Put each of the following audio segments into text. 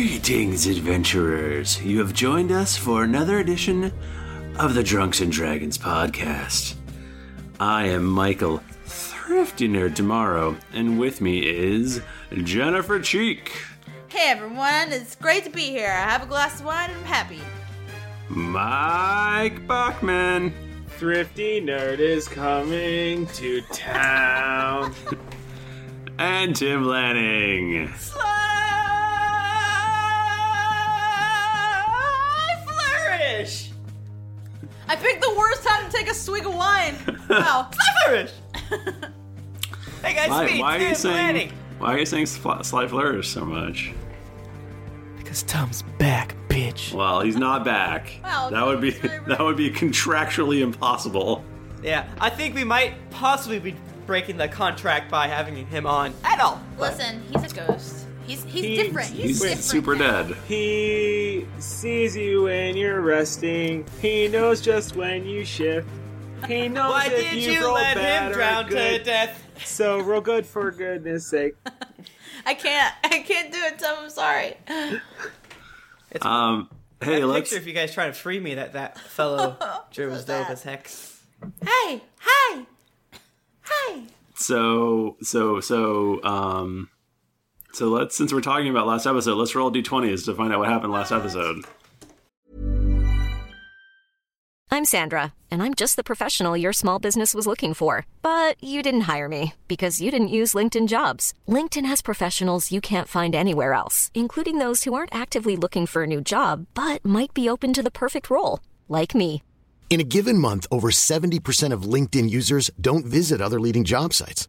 Greetings, adventurers. You have joined us for another edition of the Drunks and Dragons podcast. I am Michael, Thrifty Nerd Tomorrow, and with me is Jennifer Cheek. Hey everyone, it's great to be here. I have a glass of wine and I'm happy. Mike Bachman. Thrifty Nerd is coming to town. And Tim Lanning. flourish! I picked the worst time to take a swig of wine. Wow. Sly flourish! Hey guys, Why, me, why are Tim you saying? Lanning. Why are you saying Sly Sly Flourish so much? Because Tom's back, bitch. Well, he's not back. Wow, that would be that's really rude. that would be contractually impossible. Yeah, I think we might possibly be breaking the contract by having him on at all. Listen, he's a ghost. He's he's, He's- different. He's, He's different. super dead. he sees you when you're resting. He knows just when you shift. He knows Why if did you, you roll let bad him or drown to good. death? So roll good for goodness sake. I can't I can't do it, Tom. I'm sorry. Um, hey, let's Picture if you guys trying to free me that that fellow Drew was dope bad. as heck. Hey, hi! Hi! so so so um, so let's since we're talking about last episode, let's roll d20s to find out what happened last episode. I'm Sandra, and I'm just the professional your small business was looking for. But you didn't hire me because you didn't use LinkedIn jobs. LinkedIn has professionals you can't find anywhere else, including those who aren't actively looking for a new job but might be open to the perfect role, like me. In a given month, over 70% of LinkedIn users don't visit other leading job sites.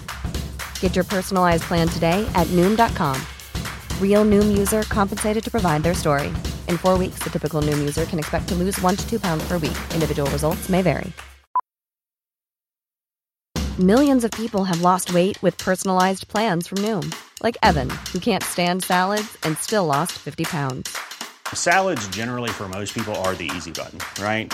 Get your personalized plan today at Noom.com. Real Noom user compensated to provide their story. In four weeks, the typical Noom user can expect to lose one to two pounds per week. Individual results may vary. Millions of people have lost weight with personalized plans from Noom, like Evan, who can't stand salads and still lost 50 pounds. Salads generally for most people are the easy button, right?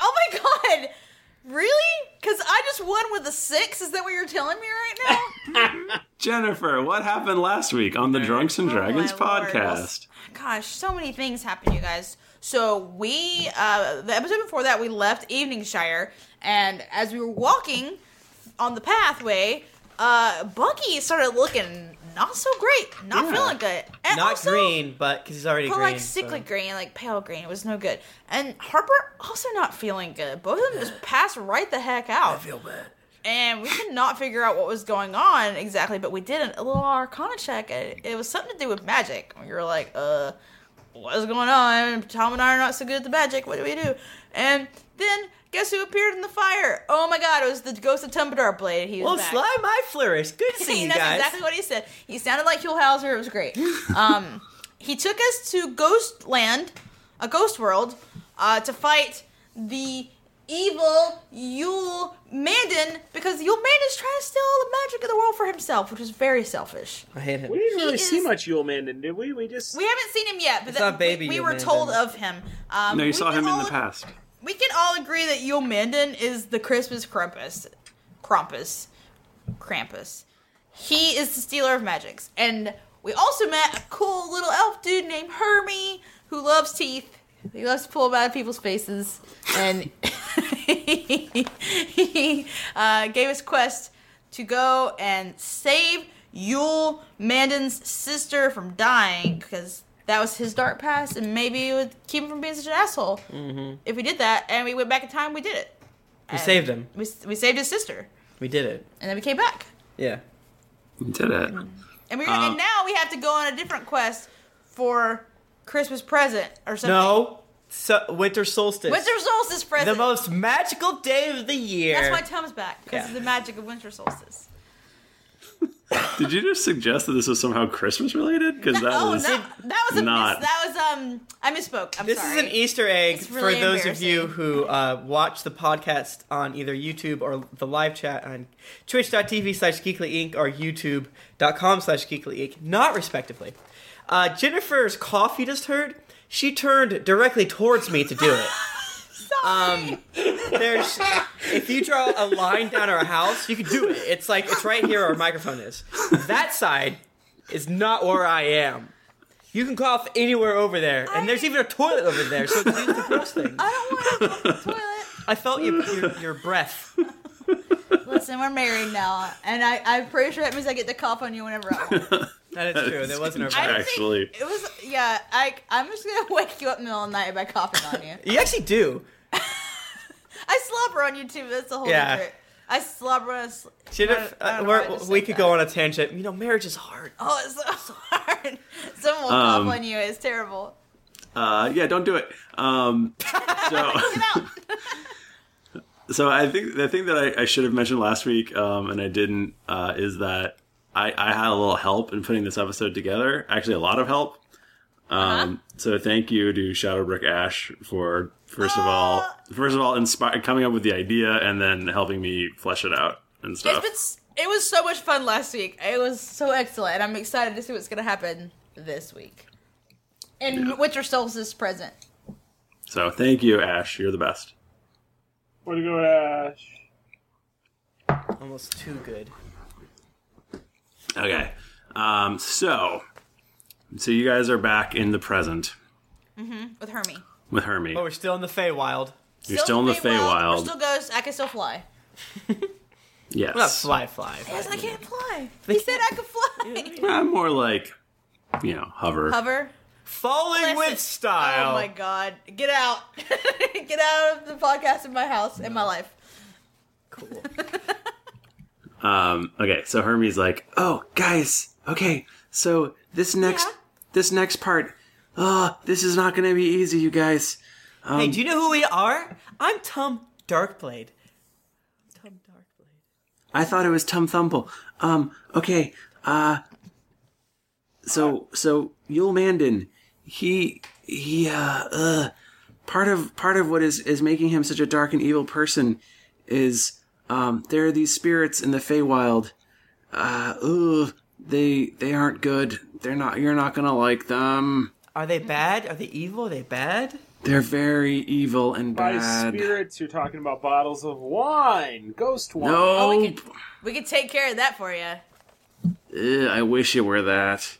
Oh my god! Really? Cause I just won with a six? Is that what you're telling me right now? Jennifer, what happened last week on the Drunks and Dragons oh my lord. podcast? Gosh, so many things happened, you guys. So we, uh, the episode before that, we left Eveningshire, and as we were walking on the pathway, uh, Bucky started looking not so great, not feeling good, and Not also, green, but because he's already But green. like so- sickly green, like pale green, it was no good. And Harper also not feeling good. Both of them just passed right the heck out. I feel bad. And we could not figure out what was going on exactly, but we did a little Arcana check. And it was something to do with magic. We were like, uh, what is going on? Tom and I are not so good at the magic. What do we do? And then guess who appeared in the fire? Oh my God! It was the ghost of Tumblr Blade. He was Well, back. slime, I Oh, flourish. Good to see you That's guys. exactly what he said. He sounded like Hugh Hauser. It was great. Um, he took us to Ghost Land, a ghost world, uh, to fight the evil Yule Mandan because Yule Mandan's trying to steal all the magic of the world for himself, which is very selfish. I hate We him. didn't really is- see much Yule Mandan, did we? We just We haven't seen him yet, but It's that- not baby we, we Yule were told Mandan. of him. Um, No, you we saw did him in all the of- past. we can all agree that Yul Mandan is the Christmas Krampus. Krampus. Krampus. He is the stealer of magics. And we also met a cool little elf dude named Hermie who loves teeth. He loves to pull them out of people's faces. And he uh, gave us quest to go and save Yule Mandan's sister from dying because that was his dark past and maybe it would keep him from being such an asshole. Mm-hmm. If we did that and we went back in time, we did it. We saved him. We, we saved his sister We did it. and then we came back. Yeah. We did it. And we Um, Uh. and now we have to go on a different quest for Christmas present or something. No. So, winter solstice. Winter solstice present. The most magical day of the year. That's why Tom's back because Yeah. of the magic of winter solstice. Did you just suggest that this was somehow Christmas related? Because that oh was no, that was a not- miss. That was um, I misspoke. I'm this sorry. is an e- Easter egg It's really for those of you who uh, watch the podcast on either YouTube or the live chat on twitch.tv slash geeklyinc or youtube.com slash geeklyinc, not respectively. Uh, Jennifer's cough you just heard, she turned directly towards me to do it. Um, there's if you draw a line down our house, you can do it. It's like it's right here where our microphone is. That side is not where I am. You can cough anywhere over there, and there's even a toilet over there, so it's used to gross things. I don't want to toilet. I felt your, your, your breath. Listen, we're married now, and I I'm pretty sure that means I get to cough on you whenever I want. That is true. That wasn't our I breath. don't think- Actually. It was yeah. I I'm just gonna wake you up in the middle of the night by coughing on you. You actually do. I slobber on you too. but That's the whole Yeah. secret. I slobber. On a sl- Jennifer, I don't uh, know why I we're, just we said could that. go on a tangent. You know, marriage is hard. Oh, it's so hard. Someone will Um, cough on you. It's terrible. Uh, yeah, don't do it. Um, so, so I think the thing that I, I should have mentioned last week, um, and I didn't, uh, is that I, I had a little help in putting this episode together. Actually, a lot of help. Uh-huh. Um, So thank you to Shadowbrook Ash for first of all, Uh. first of all, inspire, coming up with the idea and then helping me flesh it out and stuff. It's been, it was so much fun last week. It was so excellent, and I'm excited to see what's gonna happen this week. And Winter Solstice present. So thank you, Ash. You're the best. Where to go, Ash? Almost too good. Okay. Um, so, so you guys are back in the present Mm-hmm. With Hermie. with Hermie. Oh, we're still in the Feywild. You're still in the We're Feywild. still ghosts. I can still fly. yes. Well, fly, fly. Yes, I can't fly. He said I could fly. I'm more like, you know, hover. Hover. Falling Listen- with style. Oh my god. Get out. Get out of the podcast in my house, in my life. Um, okay, so Hermie's like, oh, guys, okay, so this next, this next part, uh, this is not gonna be easy, you guys. Um, Hey, do you know who we are? I'm Tom Darkblade. I thought it was Tum Thumple. Um, okay, uh, so, so, Yul Mandan, he, he, uh, uh, part of, part of what is, is making him such a dark and evil person is, um, there are these spirits in the Feywild. Uh, ugh, they, they aren't good. They're not, you're not gonna like them. Are Mm. they bad? Are they evil? Are they bad? They're very evil and By bad. spirits, you're talking about bottles of wine, ghost wine. No, We can take care of that for you. Ugh, Eh, I wish it were that.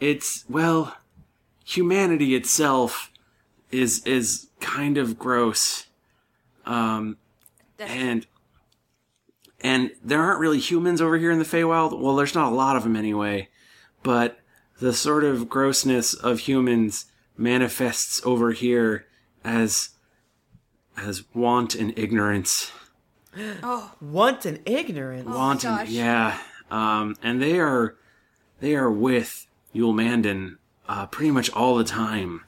It's well, humanity itself is is kind of gross. Um and and there aren't really humans over here in the Feywild. Well, there's not a lot of them anyway, but the sort of grossness of humans manifests over here as as want and ignorance. Oh. Want and ignorance. Wanton, yeah. Um, and they are they are with Yul Mandan uh, pretty much all the time.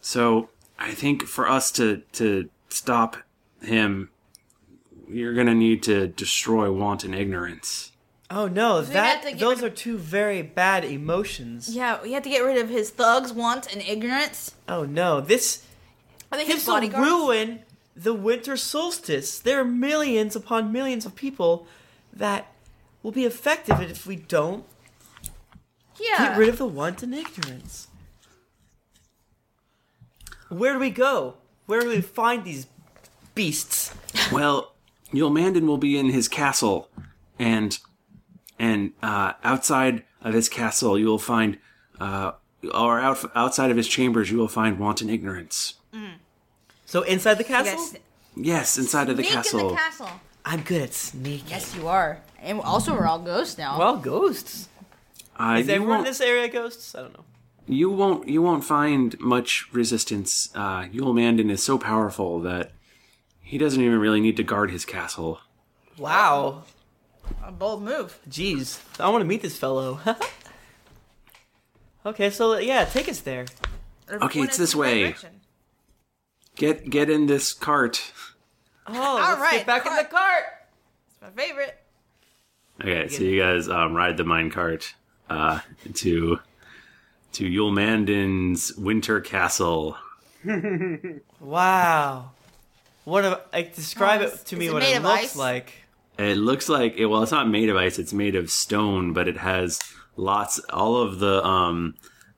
So I think for us to to stop him, you're gonna need to destroy want and ignorance. Oh no, We have to that get those are two very bad emotions. Yeah, we have to get rid of his thugs, want, and ignorance. Oh no, this Are they his this will bodyguards? ruin the winter solstice. There are millions upon millions of people that will be affected if we don't Yeah. get rid of the want and ignorance. Where do we go? Where do we find these beasts? Well, Yulmandan will be in his castle, and and uh, outside of his castle, you will find, uh, or out, outside of his chambers, you will find wanton ignorance. So inside the castle? guys- Yes, inside of the Sneak castle. in the castle. I'm good at sneaking. Yes, you are. And also, we're all ghosts now. Well, ghosts. Uh, Is you everyone in won't- this area ghosts? I don't know. you won't you won't find much resistance. Uh, Yulmandan is so powerful that he doesn't even really need to guard his castle. Wow. a bold move. Jeez. I want to meet this fellow. okay, so yeah, take us there. Okay, it's this way. Get get in this cart. Oh, let's right, get back in the cart. It's my favorite. Okay, so you guys um, ride the minecart uh, to to Yulmandan's winter castle. Wow. What a, like, describe Oh, it is- to is me it what made it of looks ice? like. It looks like it, well, it's not made of ice; it's made of stone, but it has lots, all of the um,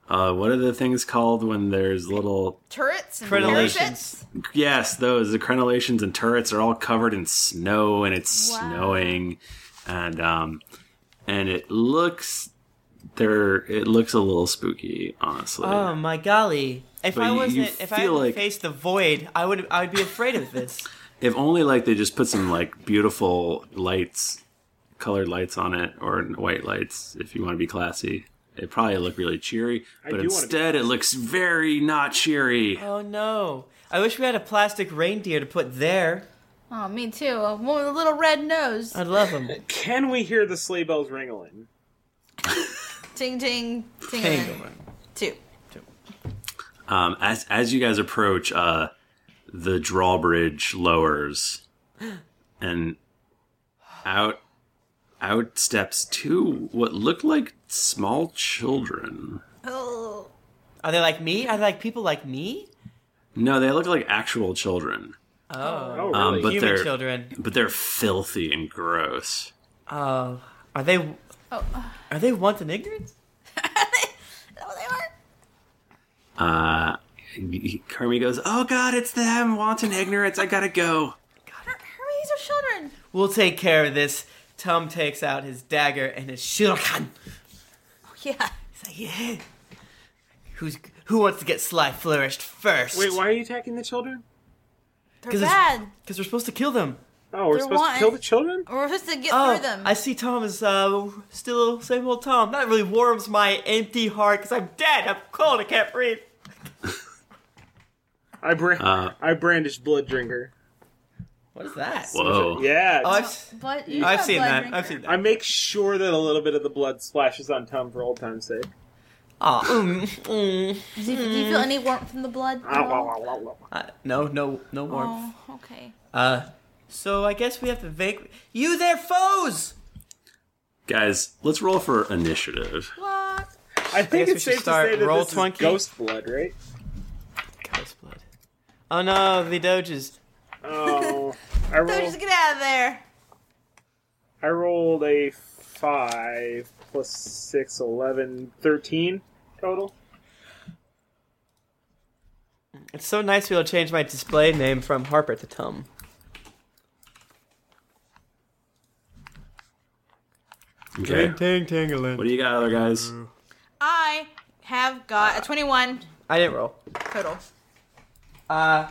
uh, what are the things called when there's little Turrets and Crenellations. parachutes. yes, those the crenellations and turrets are all covered in snow, and it's Wow. snowing, and um, and it looks there, it looks a little spooky, honestly. Oh my golly. If But I you- you wasn't if feel I hadn't like- faced the void, I would I would be afraid of this. If only like they just put some like beautiful lights, colored lights on it, or white lights if you want to be classy. It probably look really cheery, but do wanna be instead it looks very not cheery. oh no. I wish we had a plastic reindeer to put there. Oh, me too. A woman with a little red nose. I'd love him. Can we hear the sleigh bells ringling? ting ting ting. Penguin. Two. Um, as as you guys approach, uh, the drawbridge lowers, and out out steps two what look like small children. Oh. Are they like me? Are they like people like me? No, they look like actual children, Oh, um, really? but Human they're children. but they're filthy and gross. Oh. Are they uh. Are they wanton ignorance? Oh, they are. Uh, Kermie goes, "Oh God, it's them, wanton ignorance. I gotta go." Her- Hermes are children. We'll take care of this. Tom takes out his dagger and his shuriken. Yeah. He's like, yeah. Who's who wants to get sly flourished first? Wait, why are you attacking the children? They're 'Cause it's- bad. Because we're supposed to kill them. Oh, we're They're supposed wanting- to kill the children? We're supposed to get Oh, through them. I see Tom is uh, still same old Tom. That really warms my empty heart because I'm dead. I'm cold. I can't breathe. I bra- Uh, I brandish blood drinker. What is that? Whoa. Yeah. Oh, I've, s- but you I've have seen blood that. drinker. I've seen I that. make sure that a little bit of the blood splashes on Tom for old time's sake. Aw, mm, mm. Do you, do you feel any warmth from the blood? at Ah, wah, all? wah, wah, wah. Uh, no, no, no warmth. Oh, okay. Uh, so I guess we have to vac. You, their foes. Guys, let's roll for initiative. What? I think guess it's we should safe to start say that roll this is 20. ghost blood, right? Ghost blood. Oh no, the Doges. Oh, I So rolled, just get out of there. I rolled a 5 plus 6, 11, 13 total. It's so nice to be able to change my display name from Harper to Tom. Okay. Ting tingling. What do you got, other guys? I have got a 21 I didn't roll. total. Uh,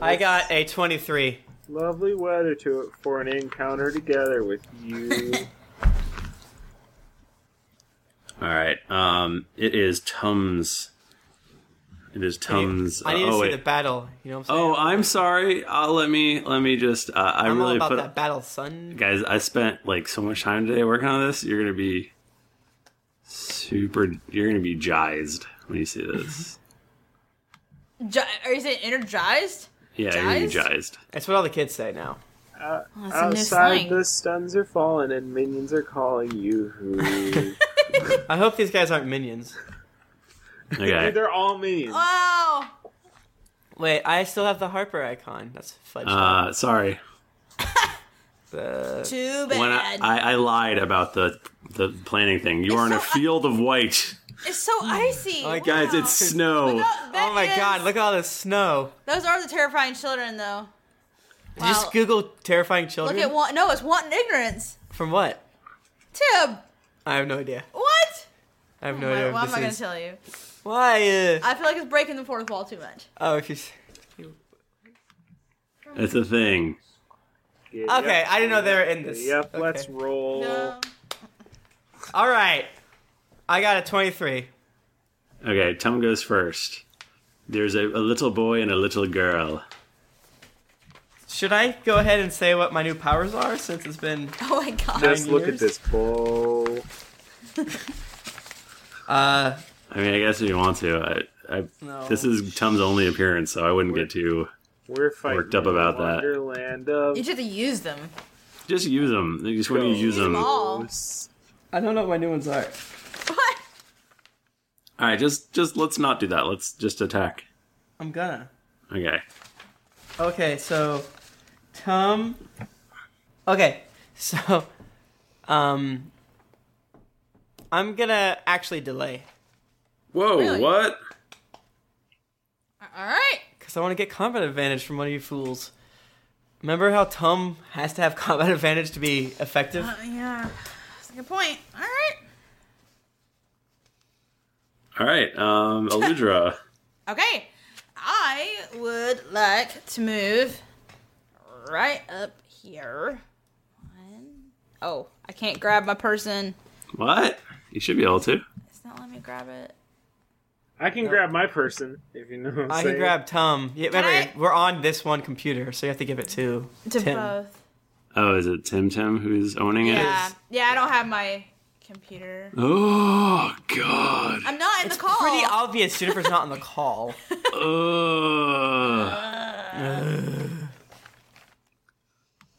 I got a 23. Lovely weather to it for an encounter together with you. All right. Um, it is Tums. It is Tums. I need oh, to see wait. the battle. You know what I'm saying? oh, I'm sorry. Uh, let me let me just. Uh, I I'm really all about put that battle, son. guys. I spent like so much time today working on this. You're gonna be super. You're gonna be jized when you see this. Gi- are you saying energized? Yeah, you're gonna be Jized? jized. That's what all the kids say now. That's a new Outside slang. the stuns are falling and minions are calling you. I hope these guys aren't minions. Okay. They're all minions. Uh, Wow. Wait, I still have the Harper icon. That's fudge. Uh, sorry. Too When I, bad. I, I lied about the the planning thing. You are in a field of white. It's so Mm. icy. All right, guys, it's snow. oh my god, look at all this snow. Those are the terrifying children, though. Wow. Just Google terrifying Look children. at want. No, it's wanton ignorance. From what? Tim, I have no idea. what? I have no idea. well, what I'm this not gonna is. tell you. Why? Uh, I feel like it's breaking the fourth wall too much. oh, if you. s- That's a thing. Giddy up, Okay, I didn't know they were in this. Yep, Okay. let's roll. Oh. No. All right, I got a twenty-three. Okay, Tom goes first. There's a, a little boy and a little girl. Should I go ahead and say what my new powers are since it's been? Oh my god. Just Nine look years? at this bowl. Uh, I mean, I guess if you want to, I, I No. this is Tom's only appearance, so I wouldn't get too. We're fighting Worked up about that. Wonderland of You just have to use them. Just use them. Just when you Go. use them. All All. I don't know what my new ones are. What? right, just just let's not do that. Let's just attack. I'm gonna. Okay. Okay, so Tom. Okay, so um, I'm gonna actually delay Whoa! Really? What? All right. because I want to get combat advantage from one of you fools. Remember how Tom has to have combat advantage to be effective? Uh, yeah. That's a good point. All right. All right, um, Aludra. Okay. I would like to move right up here. One. Oh, I can't grab my person. what? You should be able to. It's not letting me grab it. I can grab my person if you know. What I'm I saying. can grab Tom. Yeah, remember, I- we're on this one computer, so you have to give it to, To Tim. both. Oh, is it Tim Tim who's owning Yeah. it? Yeah, I don't have my computer. Oh God. I'm not in the call. Pretty obvious. Jennifer's not on the call. Ugh.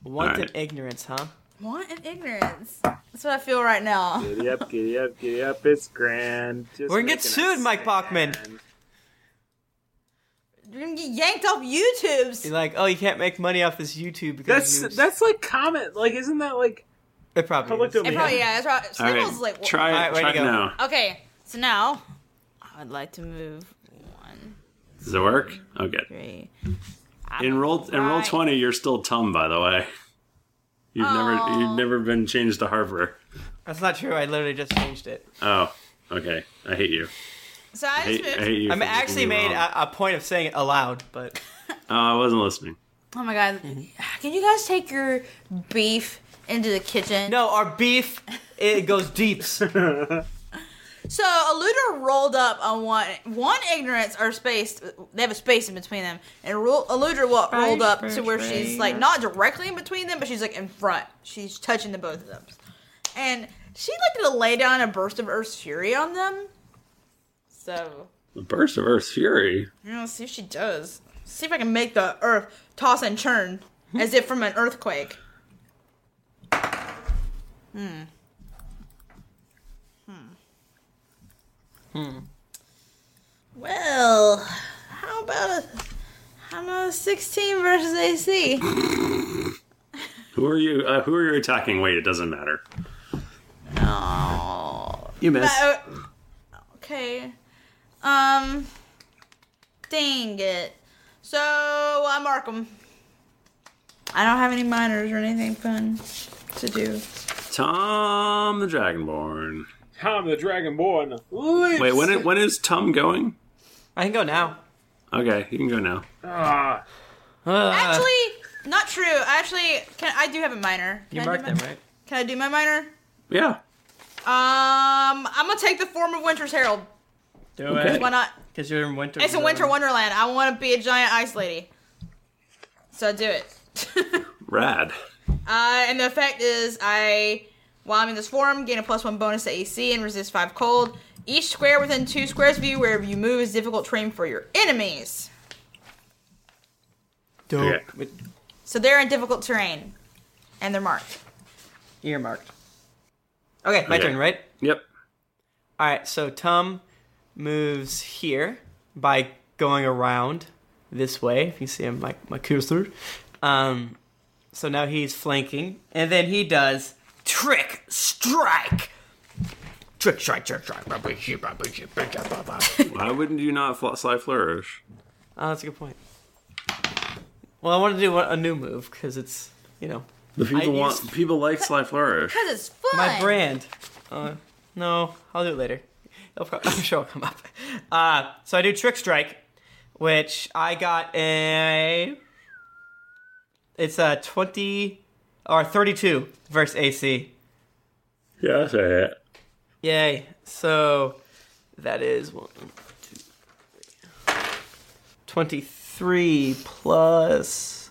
Wanted Alright. ignorance, huh? Want and ignorance. That's what I feel right now. Giddy up, giddy up, giddy up. It's grand. Just We're gonna get making a sued, Mike Bachman. stand. You're gonna get yanked off YouTube's. You're like, oh, you can't make money off this YouTube because That's you- that's like comment. Like, isn't that like it probably. public is. It domain? probably yeah. That's right. All Sniggle's right. like wha- try All right, way try to go. now. Okay, so now I would like to move one, Does it work? Okay. three. In roll in roll Right. twenty, you're still Tom, by the way. You've never you've never been changed to Harper. That's not true. I literally just changed it. Oh, okay. I hate you. So I I just hate, moved. I hate you. I'm for making me actually made wrong. a, a point of saying it aloud, but Oh, I wasn't listening. Oh my god! Can you guys take your beef into the kitchen? no, our beef it goes deeps. So Eluder rolled up on one. One ignorance or space. They have a space in between them, and Ru- Eluder wa- rolled up to where she's like not directly in between them, but she's like in front. She's touching the both of them, and she like to lay down a burst of Earth's fury on them. So A burst of Earth's fury. Yeah, let's see if she does. See if I can make the earth toss and churn as if from an earthquake. Hmm. Hmm. Hmm. Well, how about a, how about a 16 versus AC? Who are you? Uh, who are you attacking? Wait, it doesn't matter. oh. You miss. Uh, okay. Um. Dang it. So I mark them. I don't have any minors or anything fun to do. Tom the Dragonborn. Tom the Dragonborn. Lives. Wait, when it, when is Tom going? I can go now. Okay, you can go now. Ah, Uh, Actually, not true. Actually, can I do have a minor? Can you I do marked my- them right. Can I do my minor? Yeah. Um, I'm gonna take the form of Winter's Herald. Do Why not? Because you're in winter. It's a winter wonderland. I want to be a giant ice lady. So do it. Rad. Uh, and the effect is I, while I'm in this form, gain a plus one bonus to AC and resist five cold. Each square within two squares of you, wherever you move, is difficult terrain for your enemies. Dope. Okay. So they're in difficult terrain, and they're marked. Earmarked. Okay, my Okay. turn, right? Yep. All right, so Tom moves here by going around this way. If you see him, my my cursor. Um, so now he's flanking, and then he does trick strike. Trick shot, trick shot, rubber sheep, rubber sheep, blah, blah, blah, blah. Why wouldn't you not fl- sly flourish? Oh, that's a good point. Well, I want to do a a new move because it's you know The people I want people like sly flourish. Because it's fun. my brand. Uh, no, I'll do it later. It'll prob- I'm sure it'll come up. Uh, so I do Trick Strike, which I got a. It's a 20 or 32 versus AC. Yeah, that's a hit. Yay. So that is one, two, three. 23 plus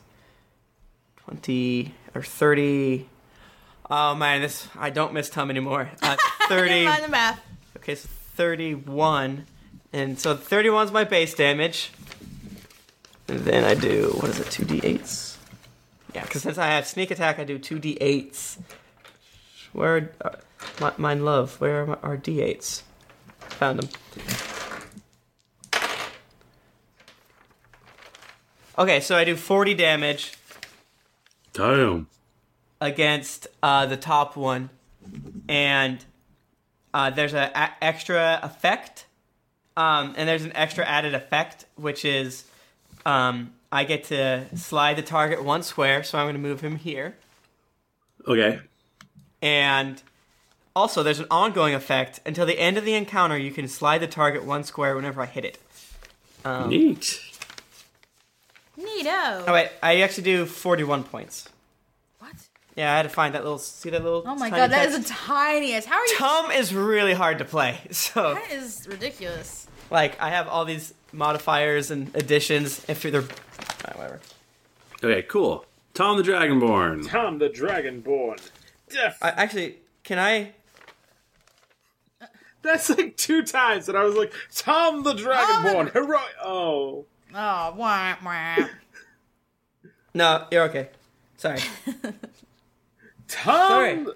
20 or 30. Oh man, this I don't miss time anymore. Uh, 30. Never mind the math. Okay, so 31. And so 31 is my base damage. And then I do, what is it, 2d8s? Yeah, because since I have sneak attack, I do 2d8s. Where are, my, mine love, where are my, our d8s? Found them. Okay, so I do 40 damage Damn. against uh, the top one, and uh, there's an extra effect, um, and there's an extra added effect, which is um, I get to slide the target one square, so I'm going to move him here, Okay. and also there's an ongoing effect until the end of the encounter. You can slide the target one square whenever I hit it. Neat. Neato. Oh wait, I actually do 41 points. What? Yeah, I had to find that little. See that little? Oh my tiny god, that text? is the tiniest. How are you? Tom is really hard to play. So that is ridiculous. like I have all these modifiers and additions if they're ah, whatever. Okay, cool. Tom the Dragonborn. Tom the Dragonborn. Def- I actually can I That's like two times that I was like, Tom the Dragonborn, hero. Oh, Oh, wah, wah. No, you're okay. Sorry. Tom.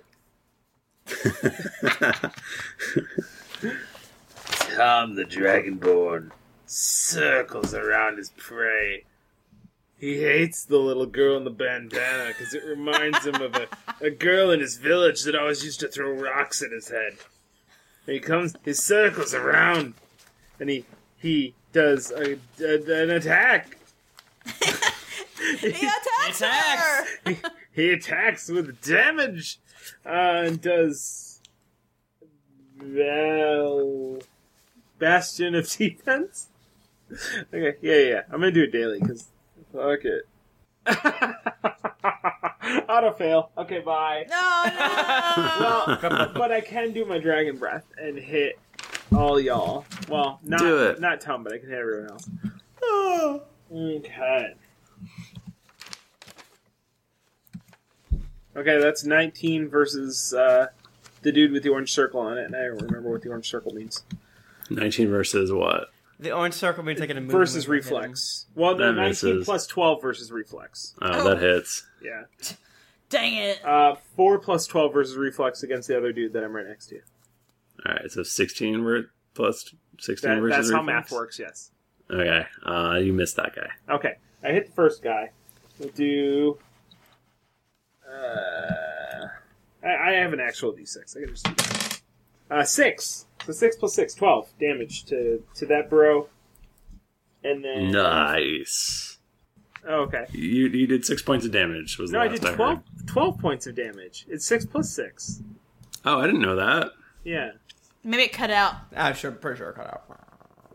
Sorry. Tom the Dragonborn circles around his prey. He hates the little girl in the bandana because it reminds him of a, a girl in his village that always used to throw rocks at his head. And he comes, he circles around, and he he does a, a- an attack. He attacks, attacks. her. He attacks with damage uh, and does well bastion of defense. Okay, yeah, yeah. yeah. I'm gonna do it daily because fuck it. Auto fail. Okay, bye. No, no. Well, but I can do my dragon breath and hit all y'all. Well, not Do it. not Tom, but I can hit everyone else. Okay. Okay, that's 19 versus uh, the dude with the orange circle on it, and I don't remember what the orange circle means. 19 versus what? The orange circle means I can move versus move, move, reflex. Well, no, That 19 misses. plus 12 versus reflex. Oh, that hits. Yeah. Dang it. Uh, 4 plus 12 versus reflex against the other dude that I'm right next to. All right, so 16 ver- plus 16 That, versus that's how reflex? math works, yes. Okay, uh, you missed that guy. Okay, I hit the first guy. We'll do. Uh, I, I have an actual d6. I can just do that. Uh, six. So six plus six, 12 damage to to that bro. And then. Nice. Oh, okay. You you did six points of damage. Was No, the I last did heard. 12, 12 points of damage. It's six plus six. Oh, I didn't know that. Yeah. Maybe it cut out. him. I'm Ah, sure pretty sure I cut out.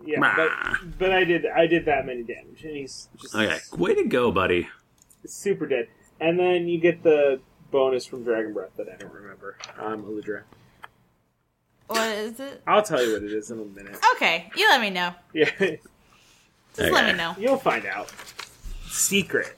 Yeah, Bah. but but I did I did that many damage, and he's just Okay, way to go, buddy. super dead. And then you get the bonus from Dragon Breath that I don't remember. Um, Uludra. What is it? I'll tell you what it is in a minute. Okay, you let me know. Yeah, Just let me know. You'll find out. Secret.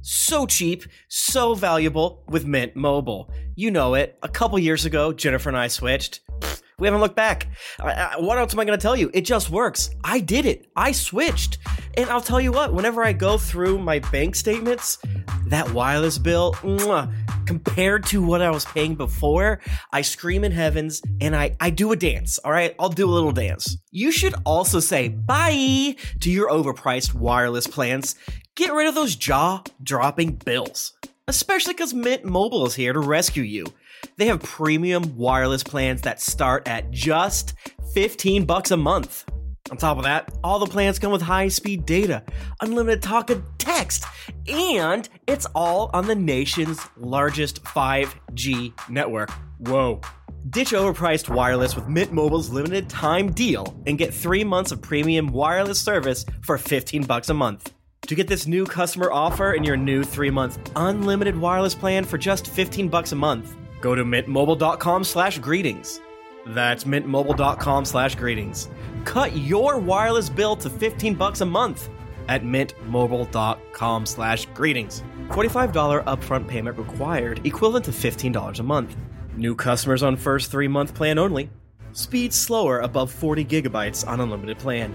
so cheap, so valuable with Mint Mobile. You know it. A couple years ago, Jennifer and I switched. Pfft, we haven't looked back. I, I- what else am I going to tell you? It just works. I did it. I switched. And I'll tell you what, whenever I go through my bank statements, that wireless bill, mwah, compared to what I was paying before, I scream in heavens and I, I do a dance. All right. I'll do a little dance. You should also say bye to your overpriced wireless plans. Get rid of those jaw dropping bills, especially because Mint Mobile is here to rescue you. They have premium wireless plans that start at just 15 bucks a month. On top of that, all the plans come with high-speed data, unlimited talk and text, and it's all on the nation's largest 5G network. Whoa. Ditch overpriced wireless with Mint Mobile's limited time deal and get 3 months of premium wireless service for 15 bucks a month. To get this new customer offer and your new three-month unlimited wireless plan for just 15 bucks a month, go to mintmobile.com slash greetings. That's mintmobile.com slash greetings. Cut your wireless bill to 15 bucks a month at mintmobile.com slash greetings. $45 upfront payment required, equivalent to $15 a month. New customers on first three-month plan only. Speed slower above 40 gigabytes on unlimited plan.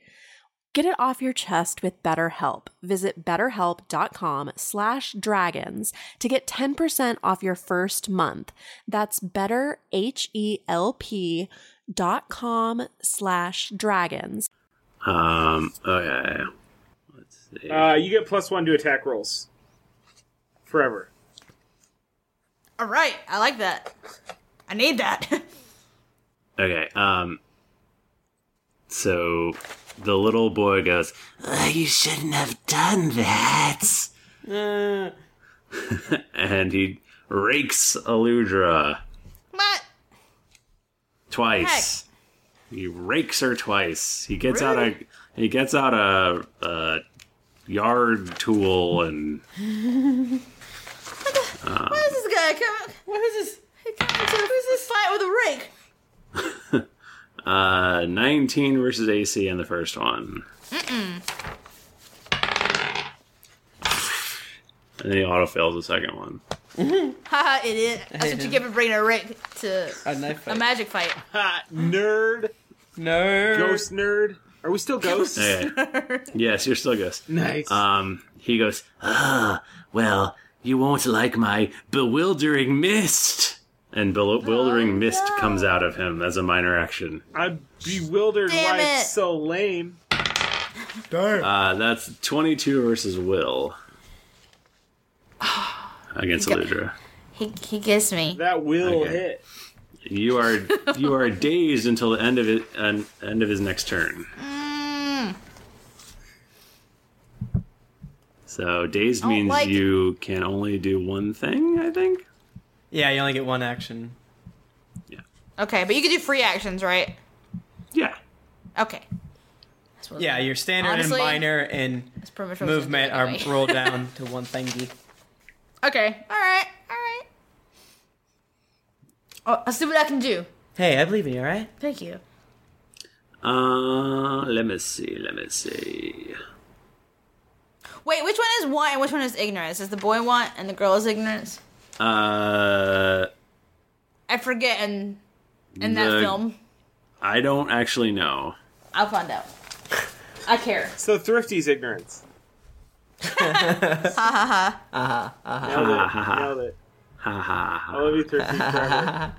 Get it off your chest with BetterHelp. Visit betterhelp.com slash dragons to get 10% off your first month. That's E betterhelp.com slash dragons. Um, okay. Uh, you get plus one to attack rolls. Forever. All right, I like that. I need that. Okay, um. So the little boy goes, "Ugh, You shouldn't have done that. and he rakes Aludra. What? Twice. He rakes her twice. He gets out a he gets out a, a yard tool and Why uh, is this guy coming? What is this? He comes into the fight with a rake. Uh, 19 versus AC on the first one. Mm-mm. And then he auto fails the second one. Haha, it is. That's what you get for bringing a Rick to A knife fight. a magic fight. Nerd. Nerd. Ghost nerd. Are we still ghosts? Okay. yes, you're still ghost. Nice. Um, he goes, ah, well, you won't like my bewildering mist. And bel- Oh, bewildering mist comes out of him as a minor action. I'm bewildered Damn why it. it's so lame. Darn. Uh, that's 22 versus Will. Against He got- Eludra. He he gets me. That will Okay. hit. You are you are dazed until the end of it, an, end of his next turn. Mm. So dazed Don't means like it. you can only do one thing, I think. Yeah, you only get one action. Okay, but you can do free actions, right? Yeah. Okay. Yeah, your standard Honestly, and minor and pretty much what I was gonna movement do are anyway. rolled down to one thingy. Okay. All right. All right. Oh, I'll see what I can do. Hey, I believe in you. All right. Thank you. Uh, let me see. Let me see. Wait, which one is want and which one is ignorance? Is the boy want and the girl is ignorance? Uh, I forget in in that The- film. I don't actually know. I'll find out. I care. So thrifty's ignorance. ha ha ha. Uh-huh, uh-huh. Nailed it. Nailed it. I love you, thrifty. forever.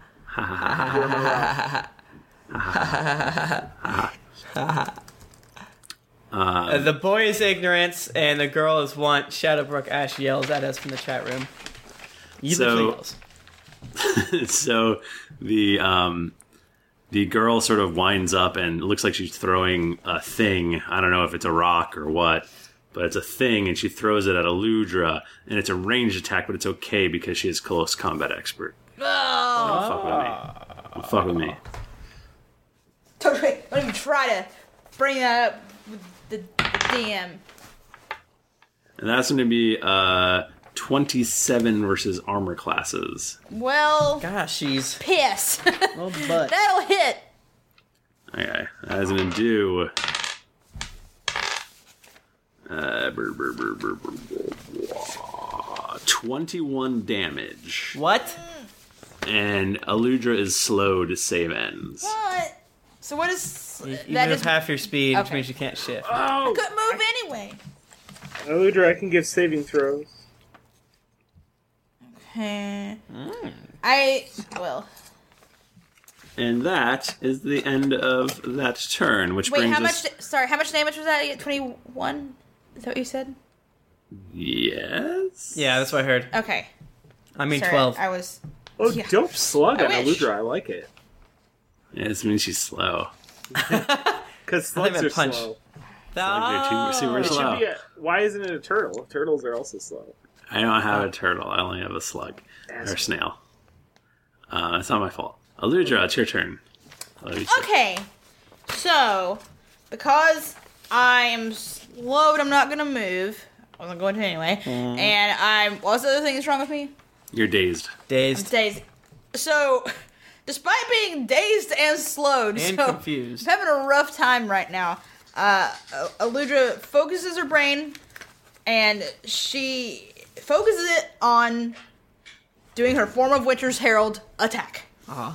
You're my rock. Uh, the boy is ignorance and the girl is want. Shadowbrook Ash yells at us from the chat room. You literally so, yells. so the um, the girl sort of winds up and it looks like she's throwing a thing. I don't know if it's a rock or what, but it's a thing, and she throws it at Aludra, and it's a ranged attack, but it's okay because she is close combat expert. Don't fuck with me. Don't fuck with me. Don't, even- don't even try to bring that up with the, the DM. And that's going to be uh, twenty-seven versus armor classes. Well, gosh, she's piss. Oh, but that'll hit. Okay, that's gonna do. Uh, brr, brr, brr, brr, brr, brr, brr, 21 damage. What? And Aludra is slow to save ends. What? So what is e-, you that? move Is, half your speed, which Okay. means you can't shift. I couldn't move anyway. Oh! Eludra, I can give saving throws. Eh. Hmm. I well. And that is the end of that turn, which Wait, brings how us. much? Sorry, how much damage was that? Twenty-one. Is that what you said? Yes. Yeah, that's what I heard. Okay. I Sorry, I was. Oh, dope slug I on wish. Eludra. I like it. Yeah, this means she's slow. Because I think slugs I are punch. slow. Slugs are too- see, we're Oh. It should slow. be a- why isn't it a turtle? Turtles are also slow. I don't have a turtle. I only have a slug or snail. Uh, it's not my fault. Aludra, it's your turn. Aludra. Okay. So, because I'm slowed, I'm not gonna move. I wasn't going to anyway. Mhm. And I'm. What's the other thing that's wrong with me? You're dazed. Dazed. Dazed. So, despite being dazed and slowed, And so confused. I'm having a rough time right now. Uh, Aludra focuses her brain, and she focuses it on doing her form of Winter's Herald attack. Uh-huh.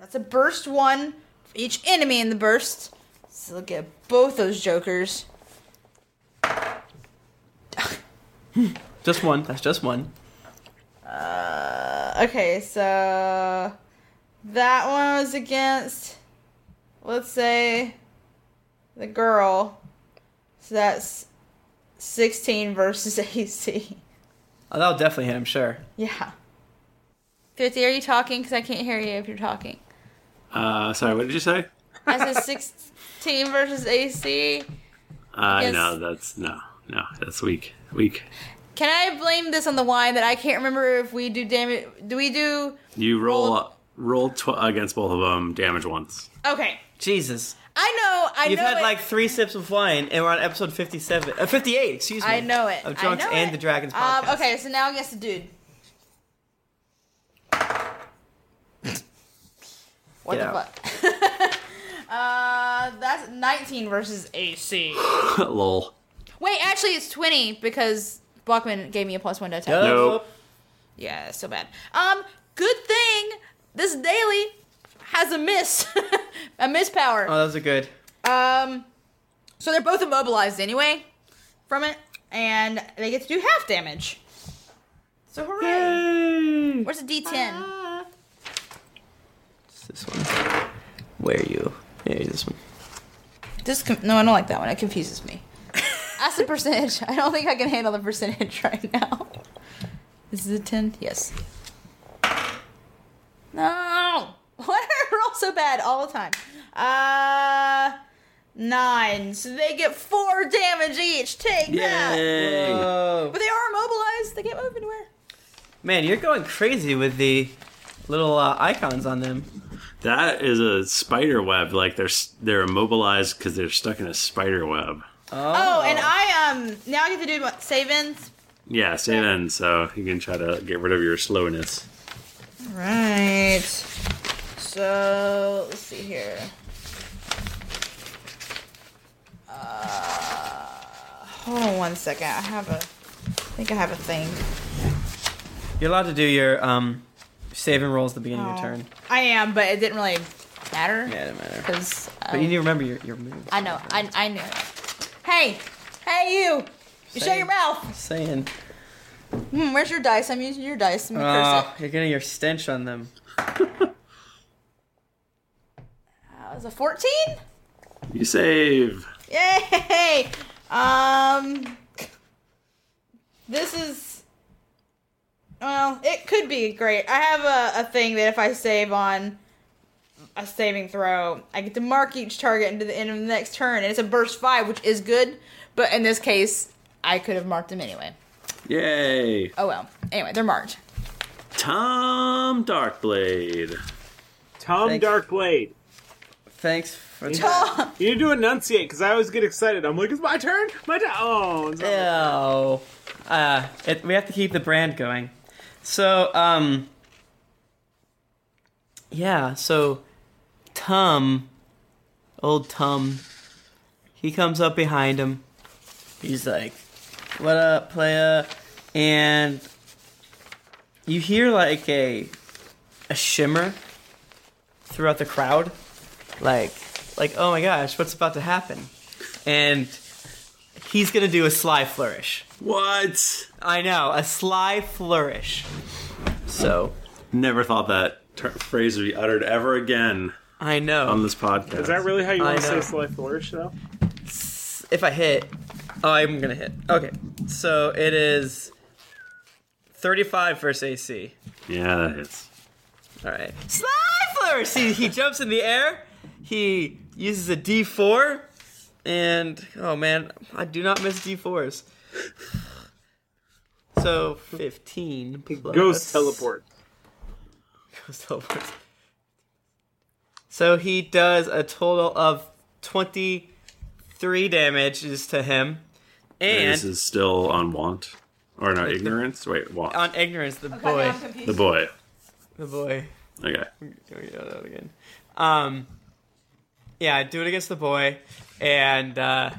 That's a burst one for each enemy in the burst. So look at both those jokers. Just one. That's just one. Uh, okay, so that one was against, let's say, the girl. So that's 16 versus AC. Oh, that'll definitely hit. I'm sure. Yeah. Thrifty, are you talking? Because I can't hear you if you're talking. Uh, sorry, what did you say? That's a 16 versus AC. Uh, Yes. No, that's no, no, that's weak, weak. Can I blame this on the wine that I can't remember if we do damage? Do we do? You roll roll tw- against both of them, damage once. Okay, Jesus. I know. I You've know had it. like three sips of wine, and we're on episode 57, uh, 58. Excuse me. I know it. Of I Drunks know and it. the Dragons podcast. Um, okay, so now I guess the dude. Get What the out. fuck? uh, that's 19 versus AC. Lol. Wait, actually, it's 20 because Bachman gave me a plus one to attack. Oh, Nope. Yeah, so bad. Um, good thing this daily has a miss, a miss power. Oh, those are good. Um, so they're both immobilized anyway from it, and they get to do half damage. So hooray! Where's a D10? This one. Where are you? Yeah, this one. This com- no, I don't like that one. It confuses me. That's the percentage. I don't think I can handle the percentage right now. This is a 10? Yes. No! Why do I roll so bad all the time? Uh, nine. So they get four damage each. Take Yay. that. Whoa. But they are immobilized. They can't move anywhere. Man, you're going crazy with the little uh, icons on them. That is a spider web. Like they're s- they're immobilized because they're stuck in a spider web. Oh, and I um now I get to do what, save ins. Yeah, save in so you can try to get rid of your slowness. Right. So let's see here. Uh, hold on one second. I have a. I think I have a thing. You're allowed to do your um, save and rolls at the beginning of Oh. your turn. I am, but it didn't really matter. Yeah, it doesn't matter. 'Cause, but you um, need to remember your, your move. I know. I I knew. it. Hey, hey you! You shut Save. your mouth. Saying. Hmm, where's your dice? I'm using your dice. Let me curse it. Oh, you're getting your stench on them. That was a fourteen. You save. Yay! Um, this is well, it could be great. I have a, a thing that if I save on a saving throw, I get to mark each target into the end of the next turn, and it's a burst five, which is good. But in this case, I could have marked them anyway. Yay. Oh well. Anyway, they're marked. Tom Darkblade. Tom Darkblade. Thanks for Tom. You need to enunciate because I always get excited. I'm like, it's my turn. My turn. Oh, it's not my turn. Oh, uh, it, we have to keep the brand going. So, um, yeah. So, Tum, old Tum, he comes up behind him. He's like, "What up, playa?" And you hear like a a shimmer throughout the crowd, like like oh my gosh, what's about to happen? And he's gonna do a sly flourish. What? I know a sly flourish. So. Never thought that ter- phrase would be uttered ever again. I know. On this podcast. Is that really how you I want to say know. Sly Flourish, though? If I hit, oh, I'm gonna hit. Okay, so it is 35 versus AC. Yeah, that hits. All right. Sly flourish. He, he jumps in the air. He uses a D4, and oh man, I do not miss D4s. So 15 plus Ghost teleport. Ghost teleport. So he does a total of 23 damages to him. And this is still on want or no ignorance. Wait, want on ignorance, the now boy. I'm confused. The boy. The boy. Okay. Can we do that again? Um, yeah, do it against the boy. And uh,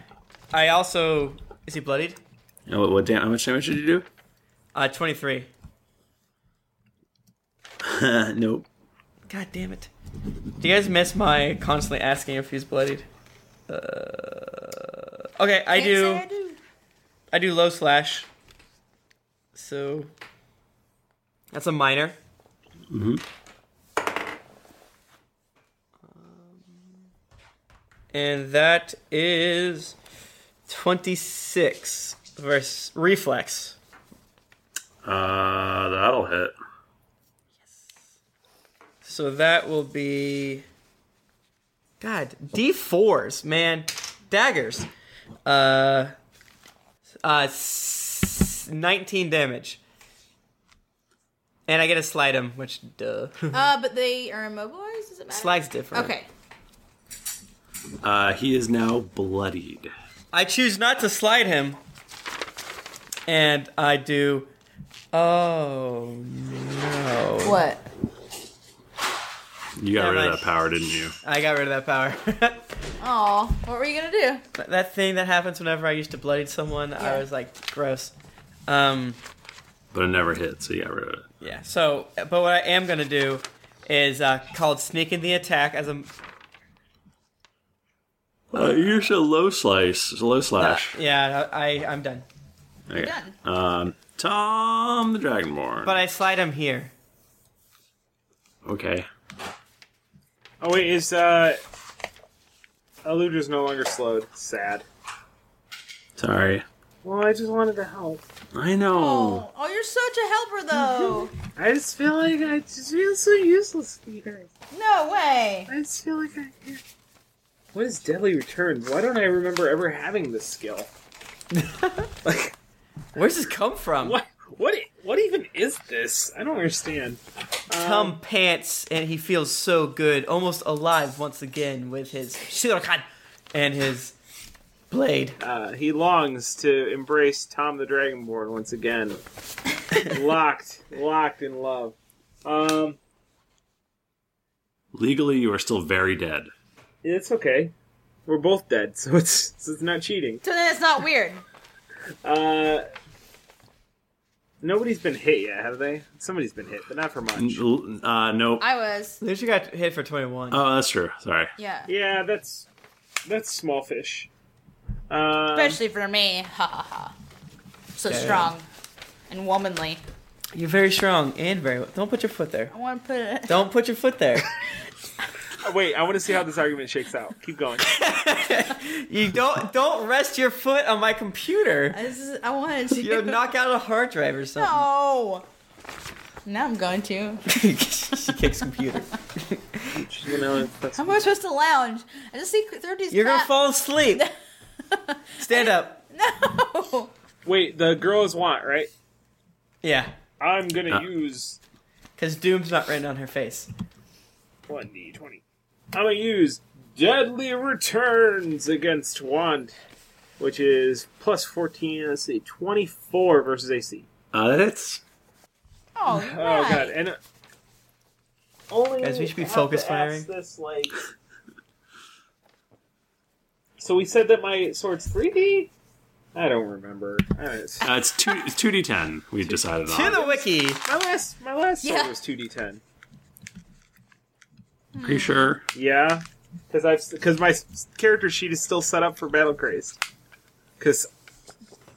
I also. Is he bloodied? You know What, what dam- how much damage did you do? Uh, 23. nope. God damn it. Do you guys miss my constantly asking if he's bloodied? Uh, okay, I Can't do, say I I do low slash. So that's a minor. Mm-hmm. Um, And that is 26 versus reflex. Uh, that'll hit. So that will be. God, D4s, man. Daggers. Uh, uh, s- 19 damage. And I get to slide him, which, duh. uh, but they are immobilized. Does it matter? Slide's different. Okay. Uh, he is now bloodied. I choose not to slide him. And I do. Oh, no. What? You got Never rid of mind. that power, didn't you? I got rid of that power. Oh, what were you gonna do? But that thing that happens whenever I used to bloody someone, I was like, gross. Um, But it never hit, so you got rid of it. Yeah. So, but what I am gonna do is uh, called sneaking the attack as a Uh, you're so low slice, low slash. yeah. I I'm done. Okay. Um, Tom the Dragonborn. But I slide him here. okay. Oh wait, is uh, Eludra's no longer slowed? Sad. Sorry. Well, I just wanted to help. I know. Oh, you're such a helper, though. I just feel like I just feel so useless to you guys. no way. I just feel like I. What is Deadly Return? Why don't I remember ever having this skill? Where's this come from? What? What? i- What even is this? I don't understand. Tom pants, and he feels so good, almost alive once again with his Shirokan and his blade. Uh, he longs to embrace Tom the Dragonborn once again. locked, locked in love. Um, Legally, you are still very dead. it's okay. We're both dead, so it's so it's not cheating. So then it's not weird. Uh, nobody's been hit yet, have they? Somebody's been hit, but not for much. N- Uh, nope. I was. Lucia got hit for twenty one. Uh, Oh, that's true. Sorry. Yeah. Yeah, that's that's small fish. Um, Especially for me. Ha ha ha. So Yeah. strong and womanly. You're very strong and very. Don't put your foot there. I want to put it. Don't put your foot there. oh, wait, I want to see how this argument shakes out. Keep going. You don't don't rest your foot on my computer. This is, I wanted to. You'll knock out a hard drive or something. No. Now I'm going to. she kicks computer. How am I supposed to lounge? I just see thirties. You're gonna fall asleep. Stand up. No. Wait, the girls want right. Yeah, I'm gonna Uh. use because Doom's not written on her face. one d twenty. I'm gonna use deadly returns against wand, which is plus fourteen. Let's see, twenty four versus AC. Uh, that hits. Oh, Oh right. god, and uh, only Guys, we should be have focus to ask firing. This like. So we said that my sword's three D. I don't remember. I don't- Uh, it's two two d ten. We decided To on. the wiki. My last, my last sword Yeah. was two D ten. Are you sure? Yeah, because I've because my s- character sheet is still set up for Battle Crazed. Because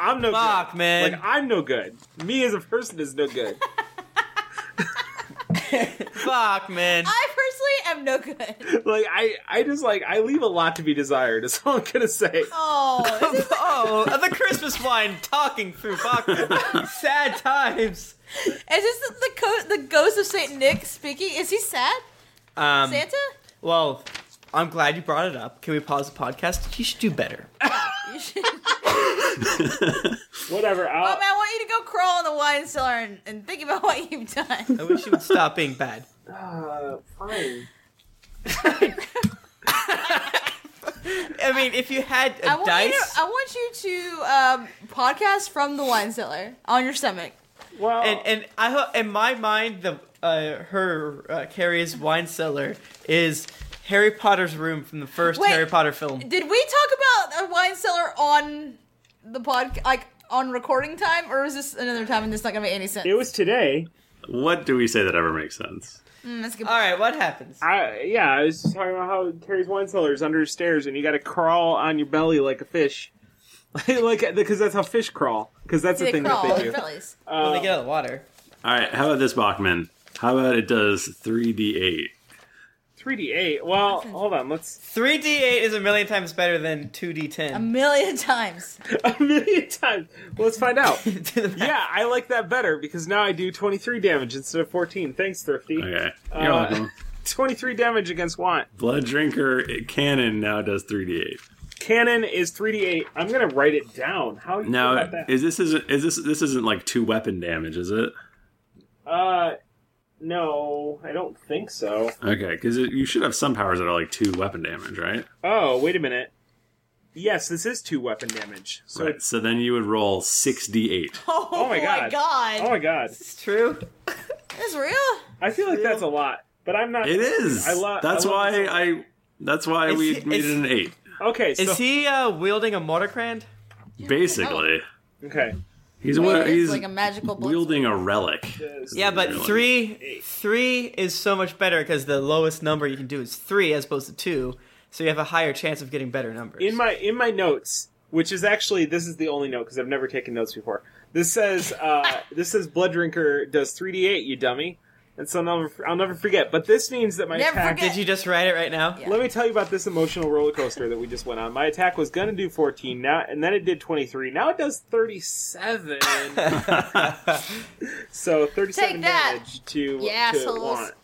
I'm no Fuck, good. man. Like I'm no good. Me as a person is no good. Fuck, man. I personally am no good. like I, I just like I leave a lot to be desired. Is all I'm gonna say. Oh, this is Oh, the Christmas wine talking through Bachman. Sad times. Is this the, the, co- the ghost of Saint Nick speaking? Is he sad? Um, Santa? Well, I'm glad you brought it up. Can we pause the podcast? You should do better. You oh. should- Mom, Whatever. I'll, I want you to go crawl in the wine cellar and, and think about what you've done. I wish you would stop being bad. uh, fine. I mean, if you had a I want, dice, You to, I want you to um, podcast from the wine cellar on your stomach. Well, and and I ho- in my mind, the uh, her uh, Carrie's wine cellar is Harry Potter's room from the first Wait. Harry Potter film. Did we talk about a wine cellar on the pod, like on recording time, or is this another time and this not gonna make any sense? it was today. What do we say that ever makes sense? Mm, that's good. All right, what happens? I yeah, I was just talking about how Terry's wine cellar is under stairs, and you got to crawl on your belly like a fish, like because that's how fish crawl. Because that's They the thing crawl that on they do. their bellies. when they get out of the water. All right. How about this, Bachman? How about it does three d eight? 3d8. Well, hold on. Let's 3d8 is a million times better than 2d10. a million times. a million times. Well, let's find out. Do the math. yeah, I like that better because now I do 23 damage instead of 14. Thanks, Thrifty. Okay. You're Uh, welcome. 23 damage against Want. Blood drinker cannon now does three d eight. Cannon is 3d8. I'm gonna write it down. How do you feel Now about that? is this isn't is this this isn't like two weapon damage, is it? uh, no, I don't think so. Okay, because you should have some powers that are like two weapon damage, right? Oh, wait a minute. Yes, this is two weapon damage. So right. it's So then you would roll six d eight. Oh, oh my god. god. Oh my god. It's true. That's real. Oh I feel like that's a lot. But I'm not. It is. I lo- that's I love why I. That's why Is we he- made is- it an eight. Okay, Is he uh, wielding a Mordocrand? Basically, Okay. he's wa- he's like a magical blood. wielding a relic. Yeah, but three three is so much better because the lowest number you can do is three as opposed to two, so you have a higher chance of getting better numbers. in my in my notes, which is actually this is the only note because I've never taken notes before. This says uh, this says Blood Drinker does three d eight, you dummy, and so I'll never, I'll never forget. But this means that my Never attack. forget. Did you just write it right now? Let me tell you about this emotional roller coaster that we just went on. My attack was gonna do fourteen now, and then it did twenty three. Now it does thirty seven. so thirty seven Take that. damage to You to assholes. want.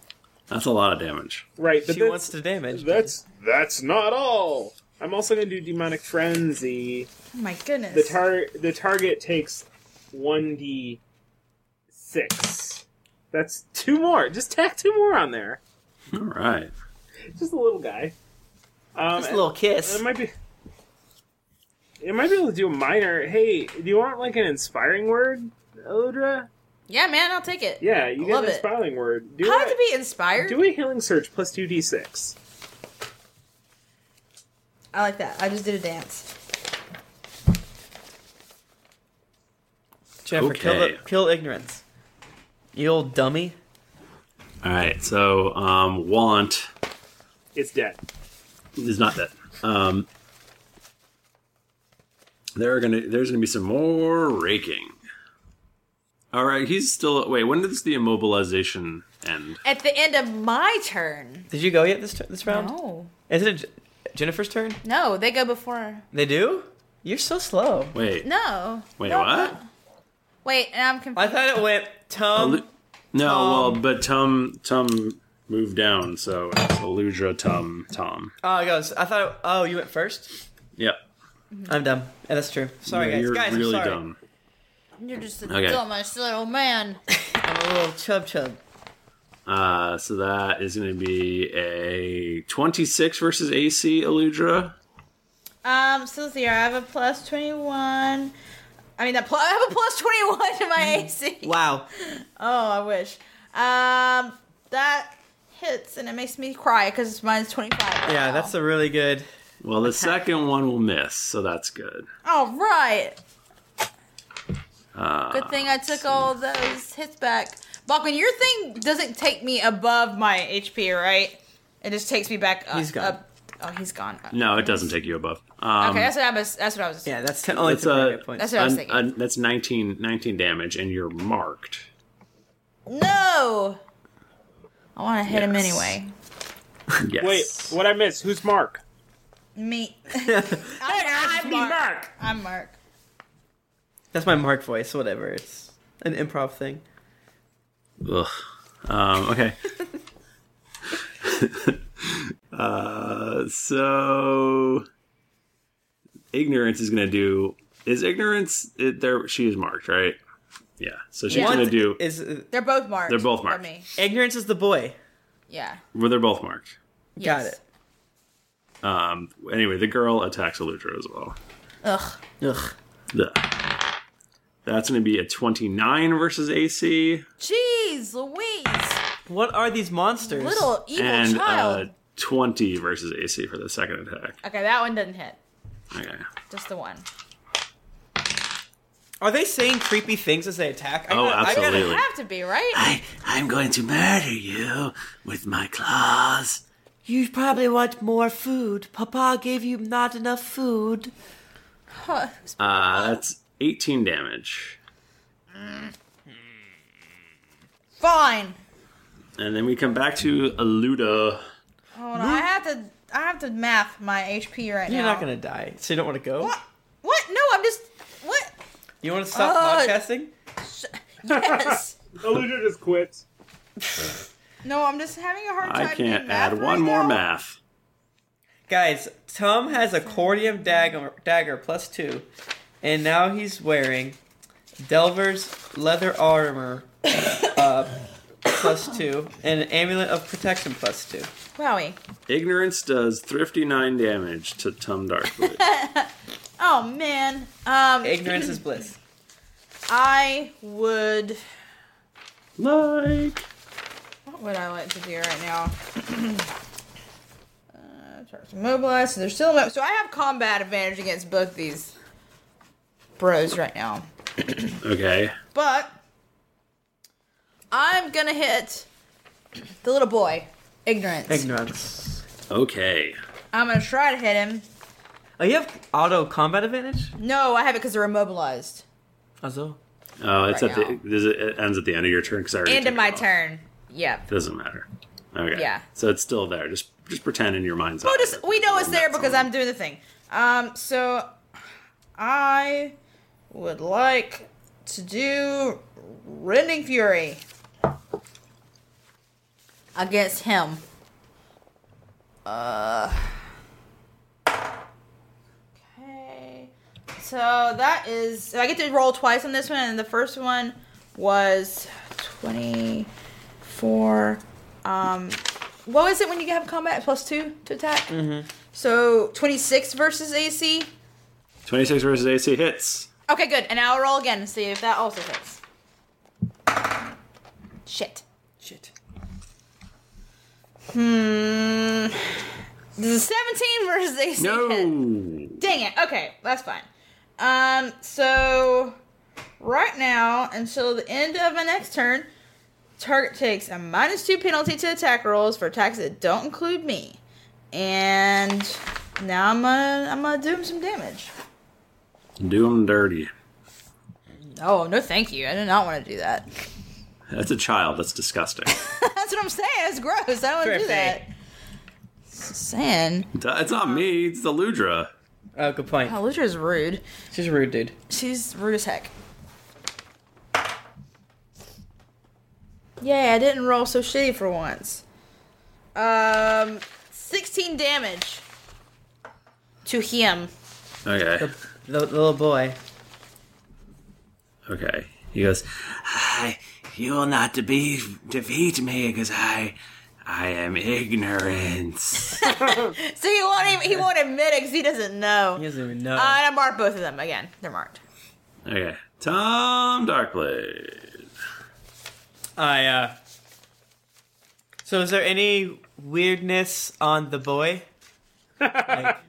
That's a lot of damage. Right, but she that's- wants to damage. That's that's not all. I'm also gonna do demonic frenzy. Oh my goodness. The tar the target takes one d six. That's two more. Just tack two more on there. All right. Just a little guy. Um, Just a little kiss. It might be. It might be able to do a minor. Hey, do you want like an inspiring word, Odra? yeah, man, I'll take it. Yeah, you I get love an it. inspiring word. Do How a- to be inspired? do a healing surge plus two d six. I like that. I just did a dance. Jennifer, kill, Okay. the, kill ignorance. You old dummy. All right. So um, want It's dead. is not that. Um, there are gonna there's gonna be some more raking. All right, he's still wait. When does the immobilization end? At the end of my turn. Did you go yet this t- this round? No. Isn't it J- Jennifer's turn? No, they go before. They do? You're so slow. Wait, No. wait, No, what? Wait, and I'm confused. I thought it went Tom. No, Um, well, but Tom Tom moved down, so it's Aludra, Tom, Tom. Oh, it goes. I thought. It, oh, you went first. Yep. I'm dumb. Yeah, that's true. Sorry, Yeah, guys. You're guys, really I'm sorry. dumb. You're just the Okay. dumbest little man. I'm a little chub chub. Uh, so that is going to be a 26 versus AC, Aludra. Um, so zero. I have a plus twenty-one. I mean, that pl- I have a plus twenty-one to Mm. my AC. Wow. Oh, I wish. Um, that hits and it makes me cry because it's minus twenty-five. Yeah, that's a really good. Well, the second one will miss, so that's good. All right. Ah, Uh, Good thing I took all those hits back. Balkan, your thing doesn't take me above my HP, right? It just takes me back up. He's gone. up- Oh, he's gone. Uh, No, it doesn't take you above. Um, okay, that's what I was. That's what I was. Yeah, that's ten, only that's, ten uh, hit points. That's what I was un- thinking. un- that's 19, 19 damage, and you're marked. No. I want to hit him Yes. anyway. yes. Wait, what I missed? Who's Mark? Me. I'm, I'm Mark. I'm Mark. That's my Mark voice. Whatever. It's an improv thing. Ugh. Um, okay. uh, so ignorance is gonna do is ignorance it, there she is marked right yeah so she's Yeah. gonna do Is uh, They're both marked. They're both by marked. Me. ignorance is the boy? Yeah. well they're both marked Got Yes. it. um anyway the girl attacks Aludra as well Ugh. Ugh. Ugh. that's gonna be a 29 versus AC Jeez, Louise, What are these monsters? little evil and child. uh 20 versus AC for the second attack okay, that one didn't hit. okay Just the one. Are they saying creepy things as they attack? I Oh, gotta- I gotta- absolutely. Have to be right. I, I'm going to murder you with my claws. You probably want more food. Papa gave you not enough food. Huh. Uh, that's 18 damage. Fine. And then we come back to Aluda. Hold on. I have to. I have to math my HP right Mm-hmm. You're now. not gonna die, so you don't want to go. What? What? No, I'm just. What? You want to stop Uh, podcasting? Yes. Eludra just quit. no, I'm just having a hard time. I doing can't math add right one more now. math. Guys, Tom has a cordium dagger, dagger plus two, and now he's wearing Delver's leather armor uh, plus two and an amulet of protection plus two. Wowie. Ignorance does thrifty nine damage to Tum Darkwood. Oh man. Um, Ignorance is bliss. I would. like, What what I like to do right now. uh, charge mobilize. So they're still mo- so I have combat advantage against both these bros right now. Okay. But I'm gonna hit the little boy, ignorance. Ignorance. Okay. I'm gonna try to hit him. Oh, you have auto combat advantage? No, I have it because they're immobilized. Also. Oh, it's Right at the, this, is- it ends at the end of your turn because I already End took of my it off. turn. Yep. Doesn't matter. Okay. Yeah. So it's still there. Just just pretend in your mind's eye. Well, just we know it's there because I'm doing the thing. Um, so I would like to do rending fury against him. Uh. Okay. So that is. So I get to roll twice on this one, and the first one was twenty-four. Um, what was it when you have combat plus two to attack? Mm-hmm. So 26 versus AC. 26 versus AC hits. Okay, good. And I'll roll again and see if that also hits. Shit. Shit. Hmm. This is 17 versus AC. No. hit. Dang it. Okay, that's fine. Um. So right now, until the end of my next turn, target takes a minus two penalty to attack rolls for attacks that don't include me. And now I'm gonna I'm gonna do him some damage. Do them dirty. Oh no, thank you. I do not want to do that. That's a child. That's disgusting. That's what I'm saying. It's gross. I don't want to do that. Saying. It's not me. It's the Ludra. Oh, good point. Oh, Lutra's rude. She's rude, dude. She's rude as heck. Yeah, I didn't roll so shitty for once. Um, 16 damage to him. Okay. The, the little boy. Okay. He goes, I, You will not be defeat me because I I am ignorance. so he won't even, he won't admit it because he doesn't know. He doesn't even Uh, and I marked both of them again. They're marked. Okay. Tom Darkblade. I, uh. So, is there any weirdness on the boy? What?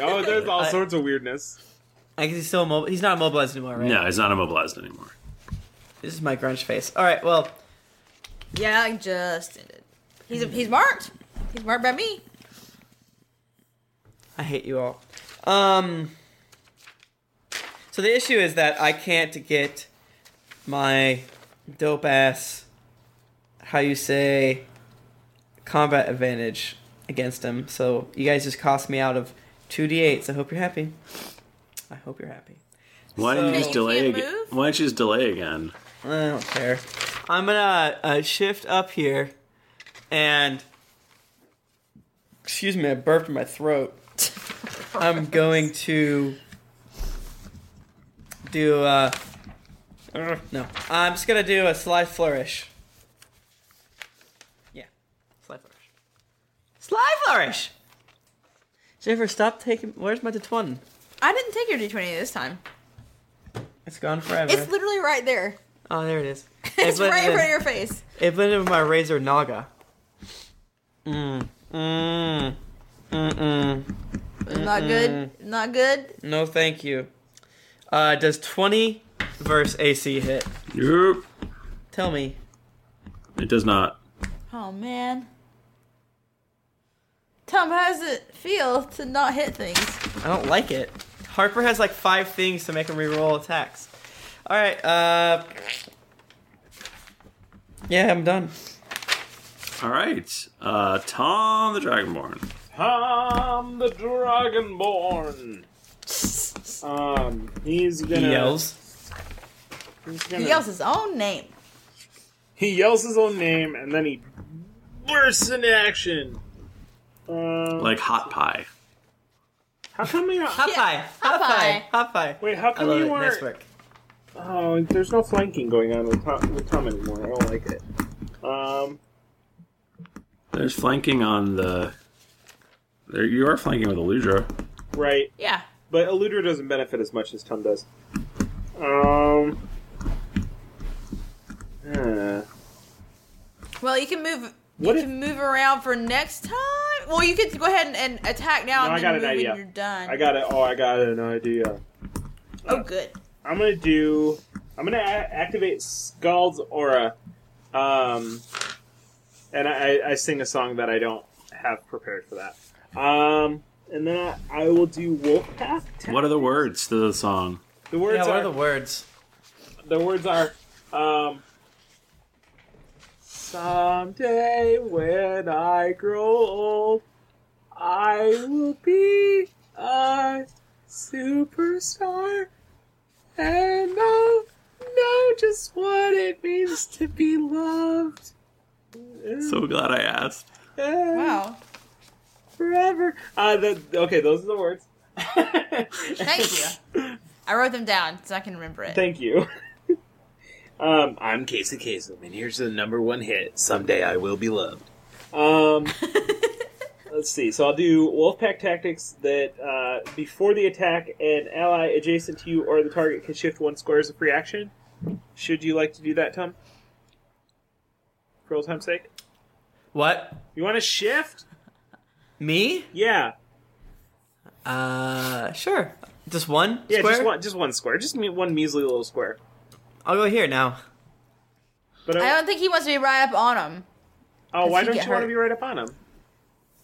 Oh, there's all I- sorts of weirdness. I guess he's still immob- he's not immobilized anymore, right? No, he's not immobilized anymore. This is my grunge face. All right, well, Yeah, I just did it. He's he's marked. He's marked by me. I hate you all. Um, so the issue is that I can't get my dope ass, how you say, combat advantage against him. So you guys just cost me out of two d8s. I hope you're happy. I hope you're happy. Why don't you So- just delay again? Why don't you just delay again? I don't care. I'm gonna uh, shift up here, and excuse me, I burped in my throat. I'm going to do uh uh, no. I'm just gonna do a sly flourish. Yeah, sly flourish. Sly flourish. Jennifer, stop taking. Where's my d20? I didn't take your d20 this time. It's gone forever. It's literally right there. oh, there it is. It It's blended right in in. front of your face. It blended with my Razor Naga. Mm. Mm. Mm-mm. Not good. Not good. No, thank you. Uh, does 20 verse AC hit? Yep. Tell me. It does not. Oh man. Tom, how does it feel to not hit things? I don't like it. Harper has like five things to make him reroll attacks. All right. Uh, yeah, I'm done. All right. Uh, Tom the Dragonborn. Tom the Dragonborn. Um, he's gonna. Uh, He yells. He's gonna, He yells his own name. He yells his own name and then he bursts into action. Um, Like hot pie. how come you? Hot pie. Hot pie. Hot pie. Wait, how come I love you it. weren't? Nice work. Oh, there's no flanking going on with Tom, with Tom anymore. I don't like it. Um, There's flanking on the. There, you are flanking with a Ludra. right. Yeah. But Eludra doesn't benefit as much as Tom does. Um. uh, Well, you can move. What you if- can move around for next time. Well, you could go ahead and, and attack now, No, and I then got move an when idea. you're done. I got it. Oh, I got an idea. Oh, good. I'm gonna do. I'm gonna a- activate Skull's aura, um, and I, I sing a song that I don't have prepared for that. Um, and then I, I will do Wolfpack. What are the words to the song? The words Yeah, what are, are the words. The words are. Um, Someday when I grow old, I will be a superstar, and I'll know just what it means to be loved. eh, So glad I asked. Wow. Forever. Uh, the, okay, those are the words. Thank you. I wrote them down so I can remember it. Thank you. um, I'm Casey Kasem, and here's the number one hit. Someday I will be loved. Um, let's see. So I'll do Wolfpack tactics that uh, before the attack, an ally adjacent to you or the target can shift one square as a free action. Should you like to do that, Tom? For old time's sake. What? You want to shift? Me? Yeah. Uh, sure. Just one Yeah, square? just one, just one square, just me- one measly little square. I'll go here now. But uh, I don't think he wants to be right up on him. Oh, Does why he don't get you want hurt? to be right up on him?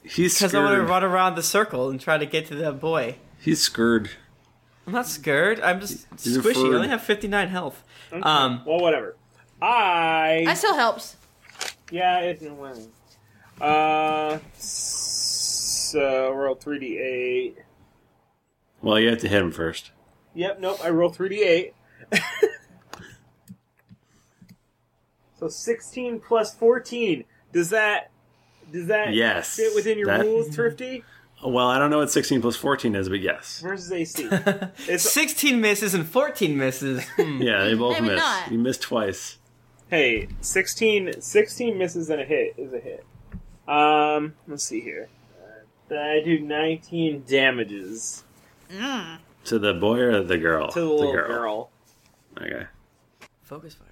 He's Because I want to scared. run around the circle and try to get to the boy. He's scared. I'm not scared. I'm just You're squishy. furred. I only have 59 health. Um, well, whatever. I. That still helps. Yeah, it's no way. Uh, so roll three d eight. Well, you have to hit him first. Yep, nope. I roll three d eight. So sixteen plus fourteen. Does that does that Yes, fit within your that- rules, Thrifty? Well, I don't know what 16 plus 14 is, but yes. Versus AC. 16 misses and 14 misses. Yeah, they both Maybe missed. not. You missed twice. hey, 16, 16 misses and a hit is a hit. Um, let's see here. Uh, I do nineteen damages Mm. To the boy or the girl? to the little girl. Okay. Focus fire.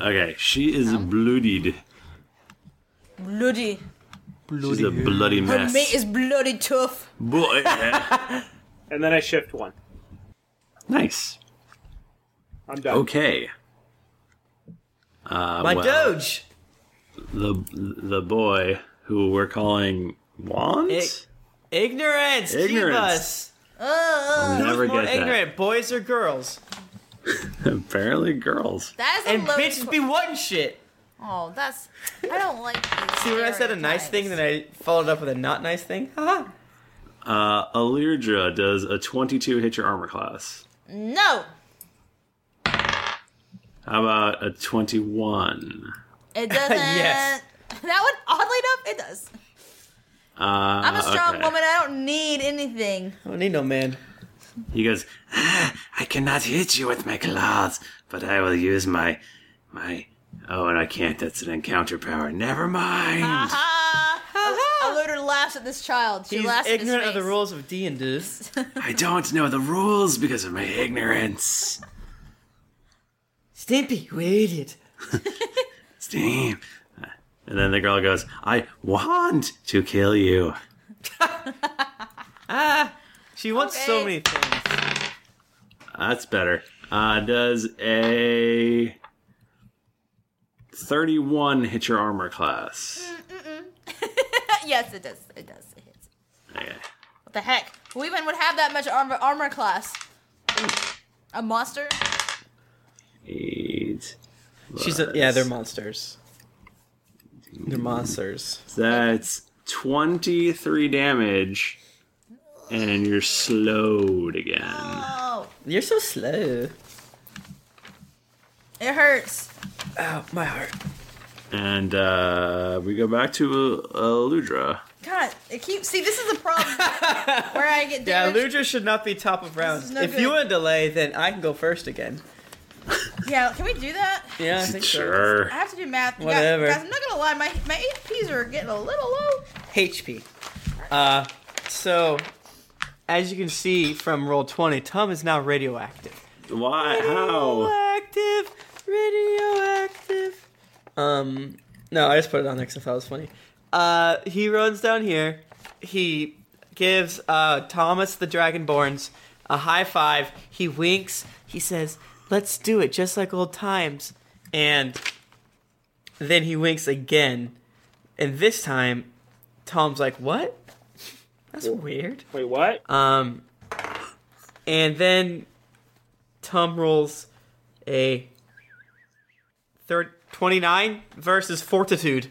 Okay, she is bloodied. Bloody. She's a bloody Her mess. meat is bloody tough. Boy. And then I shift one. nice. I'm done. Okay. Uh, My well, doge! The the boy who we're calling Wands? Ignorance! keep Ignorance. us. I'll Who's never more get that. ignorant, boys or girls? Apparently, girls. That is a And loaded bitches be wanting shit. Oh, that's. I don't like. these See, when I said a nice thing, then I followed up with a not nice thing. Haha. Uh, Alirdra does a 22 hit your armor class. No, How about a 21? it doesn't. Yes. That one, oddly enough, it does. Uh, I'm I'm a strong woman. I don't need anything. I don't need no man. He goes, ah, I cannot hit you with my claws, but I will use my, my, oh, and I can't, that's an encounter power. Never mind. Uh-huh. Aluder laughs at this child. She He's laughs at his ignorant of face. the rules of D and D. I don't know the rules because of my ignorance. Stimpy, waited. Steam. And then the girl goes, I want to kill you. Ah, she wants so many things. That's better. Uh, does a 31 hit your armor class? Mm-mm. yes, it does. It does. It hits. Okay. What the heck? Who even would have that much armor armor class? A monster? Eight. She's a, yeah, they're monsters. They're monsters. That's 23 damage, and you're slowed again. Oh, You're so slow. it hurts. Ow, my heart. And uh, we go back to uh, Ludra. God, it keeps. See, this is the problem where I get Yeah, damaged. Ludra should not be top of rounds. no if good. you want to delay, then I can go first again. Yeah, can we do that? Yeah, I think so. I have to do math. You guys- Whatever. Guys, I'm not gonna lie, my my HPs are getting a little low. HP. Uh, so, as you can see from roll 20, Tom is now radioactive. Why? How? Radioactive! Radioactive! Um, no, I just put it on there because I thought it was funny. Uh, he runs down here. He gives uh, Thomas the Dragonborns a high five. He winks. He says, "Let's do it, just like old times." And then he winks again. And this time, Tom's like, "What? That's weird." Wait, what? Um, and then Tom rolls a third 29 versus Fortitude.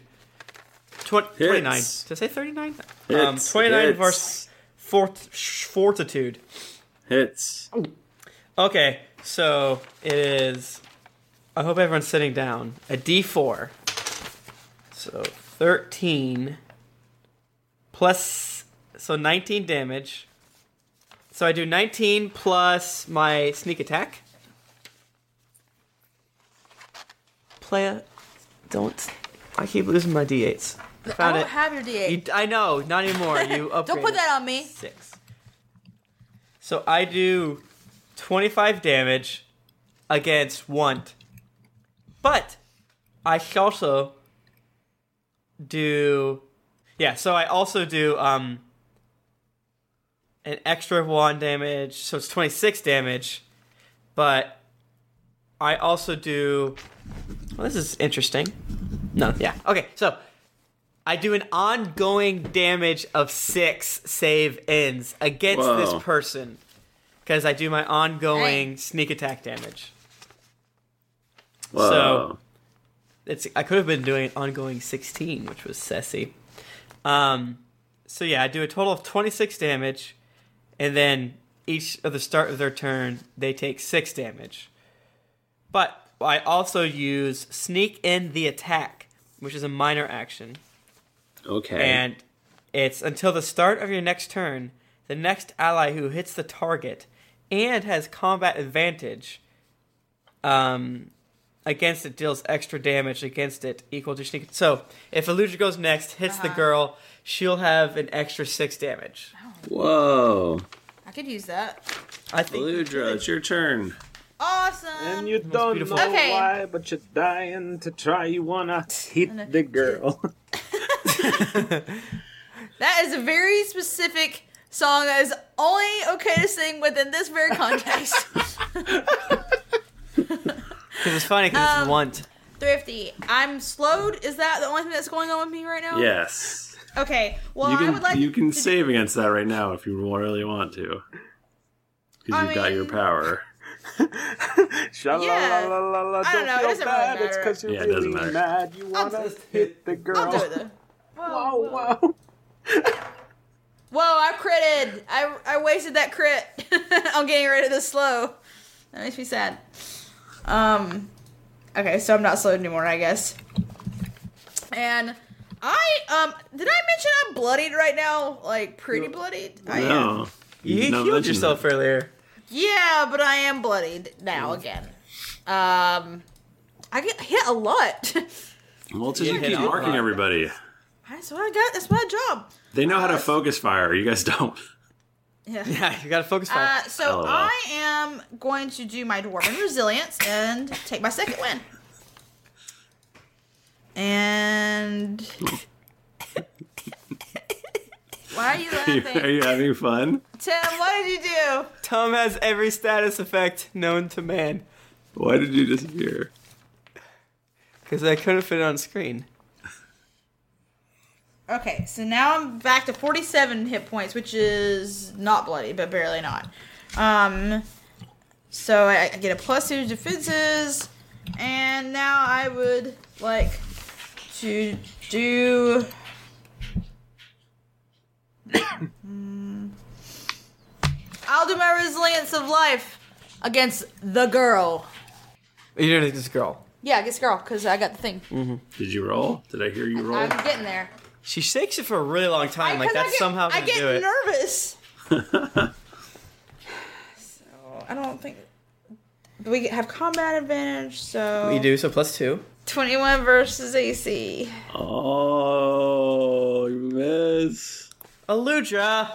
Twen- 29. Did I say 39? Um, Hits. 29 Hits. versus fort- sh- Fortitude. Hits. Okay, so it is. I hope everyone's sitting down. A d4. So 13 plus. So 19 damage. So I do 19 plus my sneak attack. Playa, don't. I keep losing my d8s. I I found don't it. have your D8. You- I know, not anymore. You upgraded. Oh, don't put that on me. Six. So I do 25 damage against Want. But I sh- also do. Yeah, so I also do um an extra 1 damage, so it's 26 damage. But I also do. Well, this is interesting. No, yeah. Okay, so I do an ongoing damage of six save ends against Whoa. this person because I do my ongoing Dang. sneak attack damage. Whoa. So it's I could have been doing an ongoing sixteen, which was sassy. Um, so yeah, I do a total of twenty six damage, and then each of the start of their turn they take six damage. But I also use sneak in the attack, which is a minor action. Okay. And it's until the start of your next turn, the next ally who hits the target and has combat advantage um, against it deals extra damage against it equal to sneak. So if Illusion goes next, hits the girl, she'll have an extra six damage. Whoa. I could use that. I think Ludra, it's your turn. Awesome. And you don't beautiful. know Um, Okay. why, but you're dying to try. You wanna hit the girl. That is a very specific song that is only okay to sing within this very context. Because it's funny because it's want. Thrifty. I'm slowed. Is that the only thing that's going on with me right now? Yes. Okay. Well, you can I would like you can to save against that right now if you really want to. Because I you've got your mean- power. Sha-la-la-la-la-la, I don't know, it doesn't really bad. It's matter. 'cause you're Yeah, it doesn't really matter. mad. You I'll wanna just hit the girl. I'll do it though. Whoa, whoa. Wow, wow. Whoa, I critted. I, I wasted that crit on getting rid of the slow. That makes me sad. Um, okay, so I'm not slowed anymore, I guess. And I, um, did I mention I'm bloodied right now? Like, pretty bloodied? I am. No. You did not healed mention yourself that. earlier. Yeah, but I am bloodied now again. Um, I get hit a lot. Well, it's just you hit keep on marking that. everybody. that's what I got. That's my job. They know how to focus fire. You guys don't. Yeah, you gotta focus fire. Uh, so LOL. I am going to do my dwarven resilience and take my second win. And why are you Are laughing, you having fun? Tim? What did you do? Tom has every status effect known to man Why did you disappear? because I couldn't fit it on screen. Okay, so now I'm back to 47 hit points, which is not bloody, but barely not. Um, so I I get a plus two defenses, and now I would like to do. Mm. I'll do my resilience of life against the girl. You're doing this girl. Yeah, against girl, because I got the thing. Did you roll? Did I hear you roll? I'm getting there. She shakes it for a really long time. like 'cause I that's get- somehow I gonna get do it. nervous. so I don't think we have combat advantage. So You do so plus two. twenty-one versus AC. Oh, you miss. Aludra.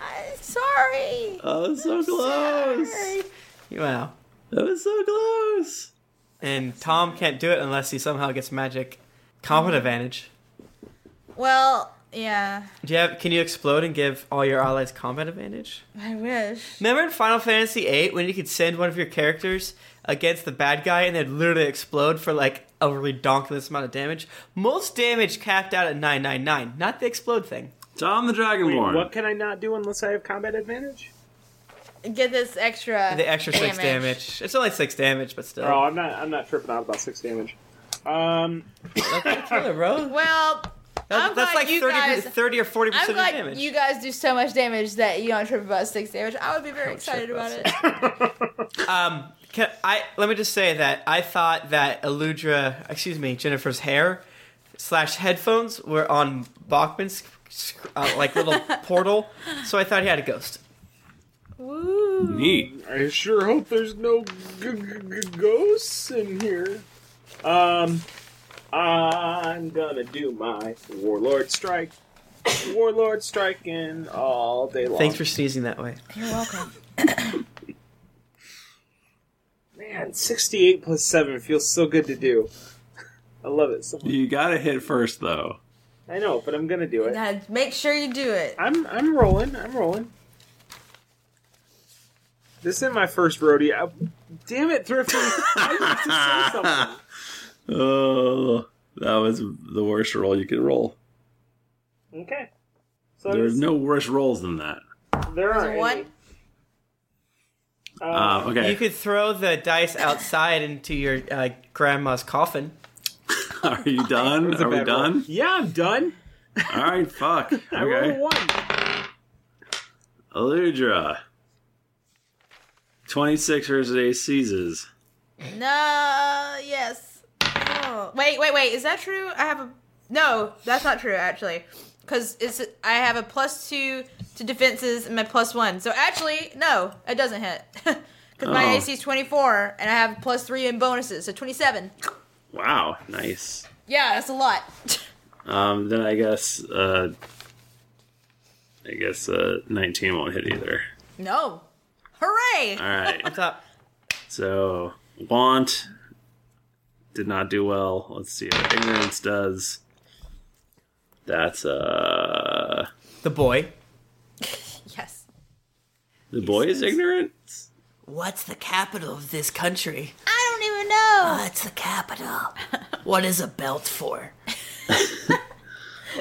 I'm sorry. Oh, so close. Sorry. Wow. That was so close. and Tom can't do it unless he somehow gets magic combat advantage. Well, yeah, Do you have, can you explode and give all your allies combat advantage? I wish. Remember in Final Fantasy VIII when you could send one of your characters against the bad guy and they'd literally explode for like a redonkulous amount of damage? Most damage capped out at 999, not the explode thing. Tom the Wait, Dragonborn. what can I not do unless I have combat advantage? Get this extra. The extra six damage. It's only six damage, but still. Oh, I'm not. I'm not tripping out about six damage. Um, Well, I'm Oh, that's glad like you 30 guys. 30 or 40% I'm of glad damage. you guys do so much damage that you don't trip about six damage. I would be very excited about it. Um, can I let me just say that I thought that Eludra, excuse me, Jennifer's hair slash headphones were on Bachman's uh, like little portal, so I thought he had a ghost. Neat. I sure hope there's no g- g- g- ghosts in here. Um, I'm gonna do my warlord strike. warlord striking all day long. Thanks for sneezing that way. You're welcome. Man, 68 plus 7 feels so good to do. I love it so much. You gotta hit first, though. I know, but I'm gonna do it. Now, make sure you do it. I'm I'm rolling. I'm rolling. This isn't my first rodeo. Damn it, Thrifty! I need to say something. Oh, that was the worst roll you could roll. Okay. So There's no worse rolls than that. there are One. Uh, okay. You could throw the dice outside into your uh, grandma's coffin. Are you done? Are we done? Yeah, I'm done. All right, fuck. I rolled a Okay. one. Aludra. 26 versus eight seizes. No. Yes. Oh. Wait, wait, wait. Is that true? I have a. No, that's not true actually, because it's I have a plus two to defenses and my plus one. So actually, no, it doesn't hit. Because my Oh. AC is 24 and I have plus three in bonuses, so 27. Wow, nice. Yeah, that's a lot. Um, then I guess, uh, I guess, uh, 19 won't hit either. No. Hooray! All right. What's up? So, want did not do well. Let's see what ignorance does. That's, uh, The boy. Yes. the boy is ignorant? What's the capital of this country? I don't even know. What's the capital? What is a belt for?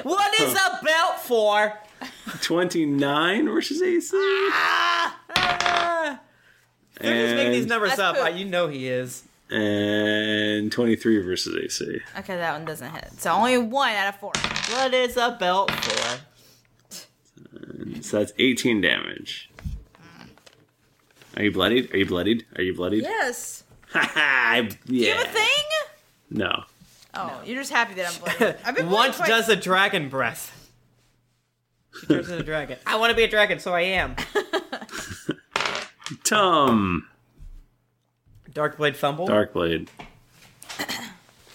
what is a belt for? 29 versus AC? Ah, he's making these And, numbers That's up. poop. I- You know he is. and 23 versus AC. Okay, that one doesn't hit. So only one out of four. What is a belt for? So that's 18 damage. Are you bloodied? Are you bloodied? Are you bloodied? Yes. I- You have yeah. a thing? No. Oh, you're just happy that I'm bloody. I've been Once bloody does a dragon breath. He turns into a dragon. I want to be a dragon, so I am. Tum. Darkblade fumble. Darkblade.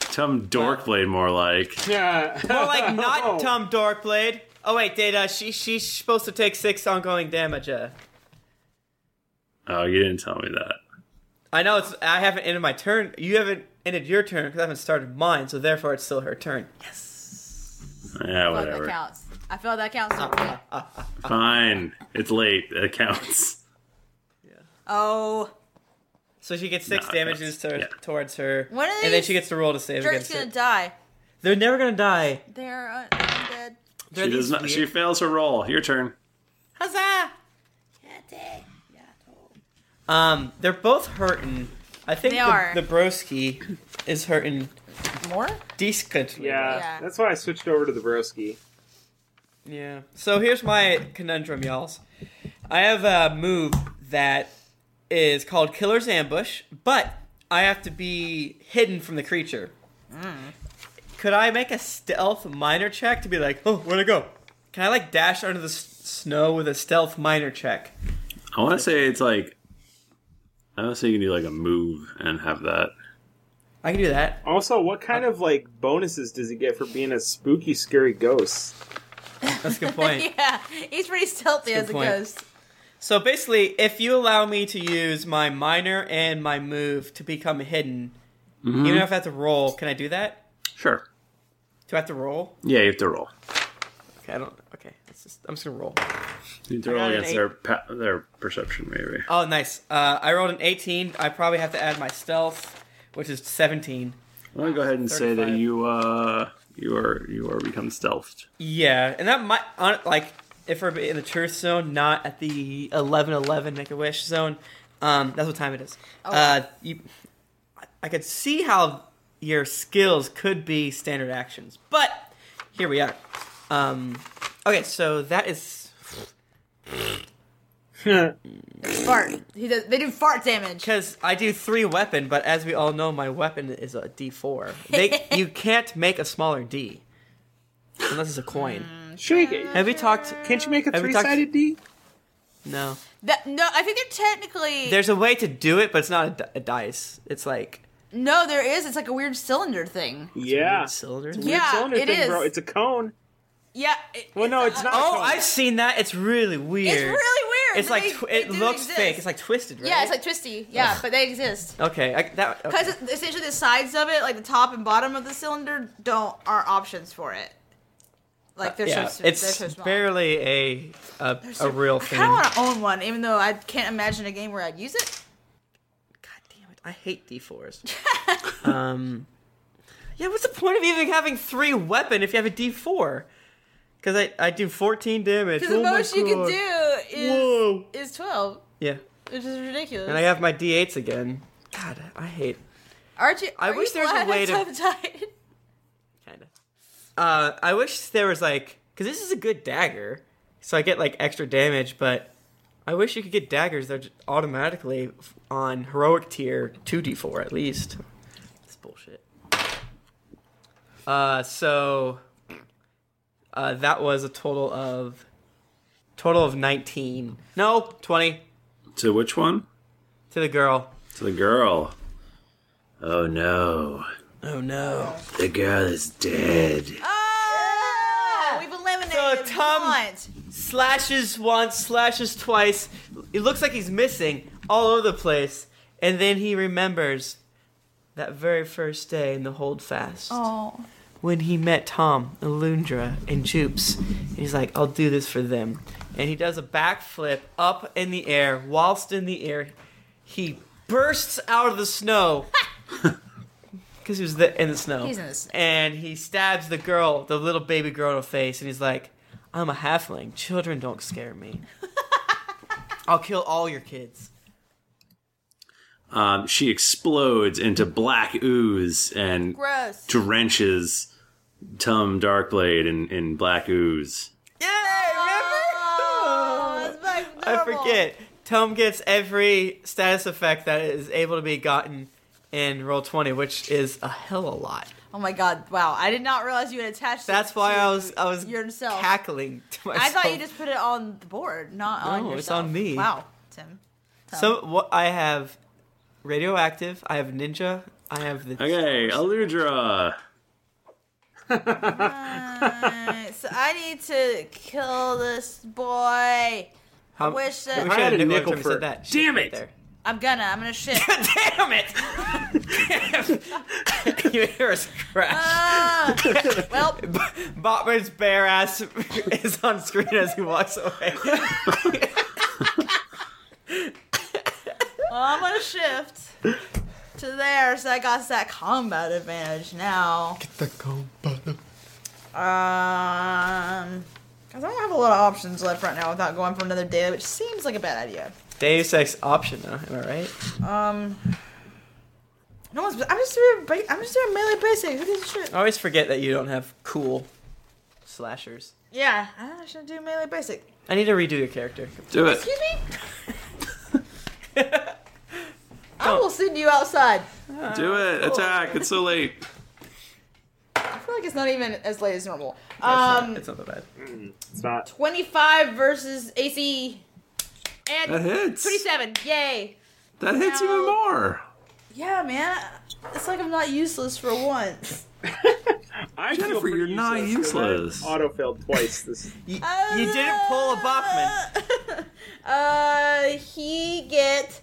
Tum Dorkblade, more like. Yeah. More like Oh. not Tom Darkblade. Oh wait, Data. She she's supposed to take six ongoing damage. Uh, Oh, you didn't tell me that. I know it's. I haven't ended my turn. You haven't ended your turn because I haven't started mine. So therefore, it's still her turn. Yeah, Fuck, that whatever. counts. I feel that counts. Uh, Fine. It's late. That counts. oh, So she gets six Nah, damages that's- to, yeah. towards her, When are and then these she gets to roll to save Drake's against gonna it. die. They're never gonna die. They're uh, undead. They're She does these not. weird- She fails her roll. Your turn. Huzzah! Um, they're both hurting. I think They the, are. the broski is hurting More? decently. Yeah, Yeah. that's why I switched over to the broski. Yeah. So here's my conundrum, y'all. I have a move that is called Killer's Ambush, but I have to be hidden from the creature. Mm. Could I make a stealth minor check to be like, oh, where'd I go? Can I like dash under the s- snow with a stealth minor check? I want to say it's like. I want to say you can do like a move and have that. I can do that. Also, what kind of like bonuses does he get for being a spooky, scary ghost? That's a good point. Yeah, he's pretty stealthy That's a as a good point. ghost. So basically, if you allow me to use my minor and my move to become hidden, Mhm. Even if I have to roll, can I do that? Sure. Do I have to roll? Yeah, you have to roll. Okay, I don't. Okay, it's just, I'm just gonna roll. You have to I roll got an against eight. their pa- their perception, maybe. Oh, nice. Uh, I rolled an 18. I probably have to add my stealth, which is 17. I'm gonna go ahead and say that you uh you are you are become stealthed. Yeah, and that might on like if we're in the truth zone, not at the eleven eleven make a wish zone. Um, that's what time it is. Uh, you, I- I could see how your skills could be standard actions, but here we are. Um, okay, so that is. Fart. He does, they do fart damage. Because I do three weapon, but as we all know, my weapon is a D four. They you can't make a smaller D unless it's a coin. Shake it. Uh, Have we talked? Can't you make a have we three talked- sided D? No. That, no, I think they're technically There's a way to do it, but it's not a, di- a dice. It's like no. There is. It's like a weird cylinder thing. Yeah. cylinder. It's a weird Yeah, cylinder it thing, is. bro. It's a cone. Yeah. It, uh, Well, no, it's not. a Oh, cone. I've seen that. It's really weird. it's really weird. It's like They- tw- they it do looks exist. fake. It's like twisted, right? yeah, it's like twisty. Yeah, but they exist. okay. I, that okay. Because essentially the sides of it, like the top and bottom of the cylinder, don't are options for it. Like they're yeah, so s- it's they're so small. barely a a, a real I thing. kind of want to own one, even though I can't imagine a game where I'd use it. I hate d4s. um, yeah. What's the point of even having three weapon if you have a d4? Because I, I do 14 damage. Because the Oh my most you can God. do is Whoa. is twelve, Yeah. which is ridiculous. And I have my d8s again. God, I hate. Aren't you? I are wish you there was a glad way to- I'm tongue-tied? kind of. Uh, I wish there was like, because this is a good dagger, so I get like extra damage. But I wish you could get daggers that are just automatically f- on heroic tier two d four at least. That's bullshit. Uh, so uh, that was a total of total of nineteen. No, twenty To which one? to the girl. To the girl. Oh no, Oh no! the girl is dead. Oh, we've eliminated So Tom- one. slashes once, slashes twice. It looks like he's missing all over the place, and then he remembers that very first day in the holdfast Oh, when he met Tom, Alundra, and Jupes. And he's like, "I'll do this for them," and he does a backflip up in the air. Whilst in the air, he bursts out of the snow. Because he was the, in the snow. He's in the snow. And he stabs the girl, the little baby girl in the face, and he's like, I'm a halfling. Children don't scare me. I'll kill all your kids. Um, she explodes into black ooze and gross. drenches Tum Darkblade in, in black ooze. Yay! Remember? Oh, it's like I normal. forget. Tom gets every status effect that is able to be gotten in roll 20, which is a hell of a lot. Oh my god! Wow, I did not realize you had attached. That's it why to I was I was yourself. cackling to myself. I thought you just put it on the board, not on No, yourself. it's on me. Wow, Tim. So what I have radioactive, I have ninja, I have the Okay, Aludra. Alright, so I need to kill this boy. How- I wish I that wish I had a nickel for- for that. Damn Shit it. There. I'm gonna. I'm gonna shit. Damn it! you hear us crash. Ah, well, Botman's bare ass is on screen as he walks away. I'm gonna shift to there, so I got that combat advantage now. Get the combat. Um, because I don't have a lot of options left right now without going for another day, which seems like a bad idea. Um, Deus Ex option, though, am I right? No one's. I'm just doing. ba- I'm just doing melee basic. Who gives a shit? I always forget that you don't have cool slashers. Yeah, I should do melee basic. I need to redo your character. Do it. Excuse me? I will send you outside. Do it. Attack. It's so late. I feel like it's not even as late as normal. It's not- Um, it's not that bad. It's not. 25 versus AC. And That hits. 27. Yay. That hits even more. Yeah, man. It's like I'm not useless for once. I feel Jennifer, pretty you're not 'cause useless. I Auto failed twice. This You, you didn't pull a Bachman. Uh, he get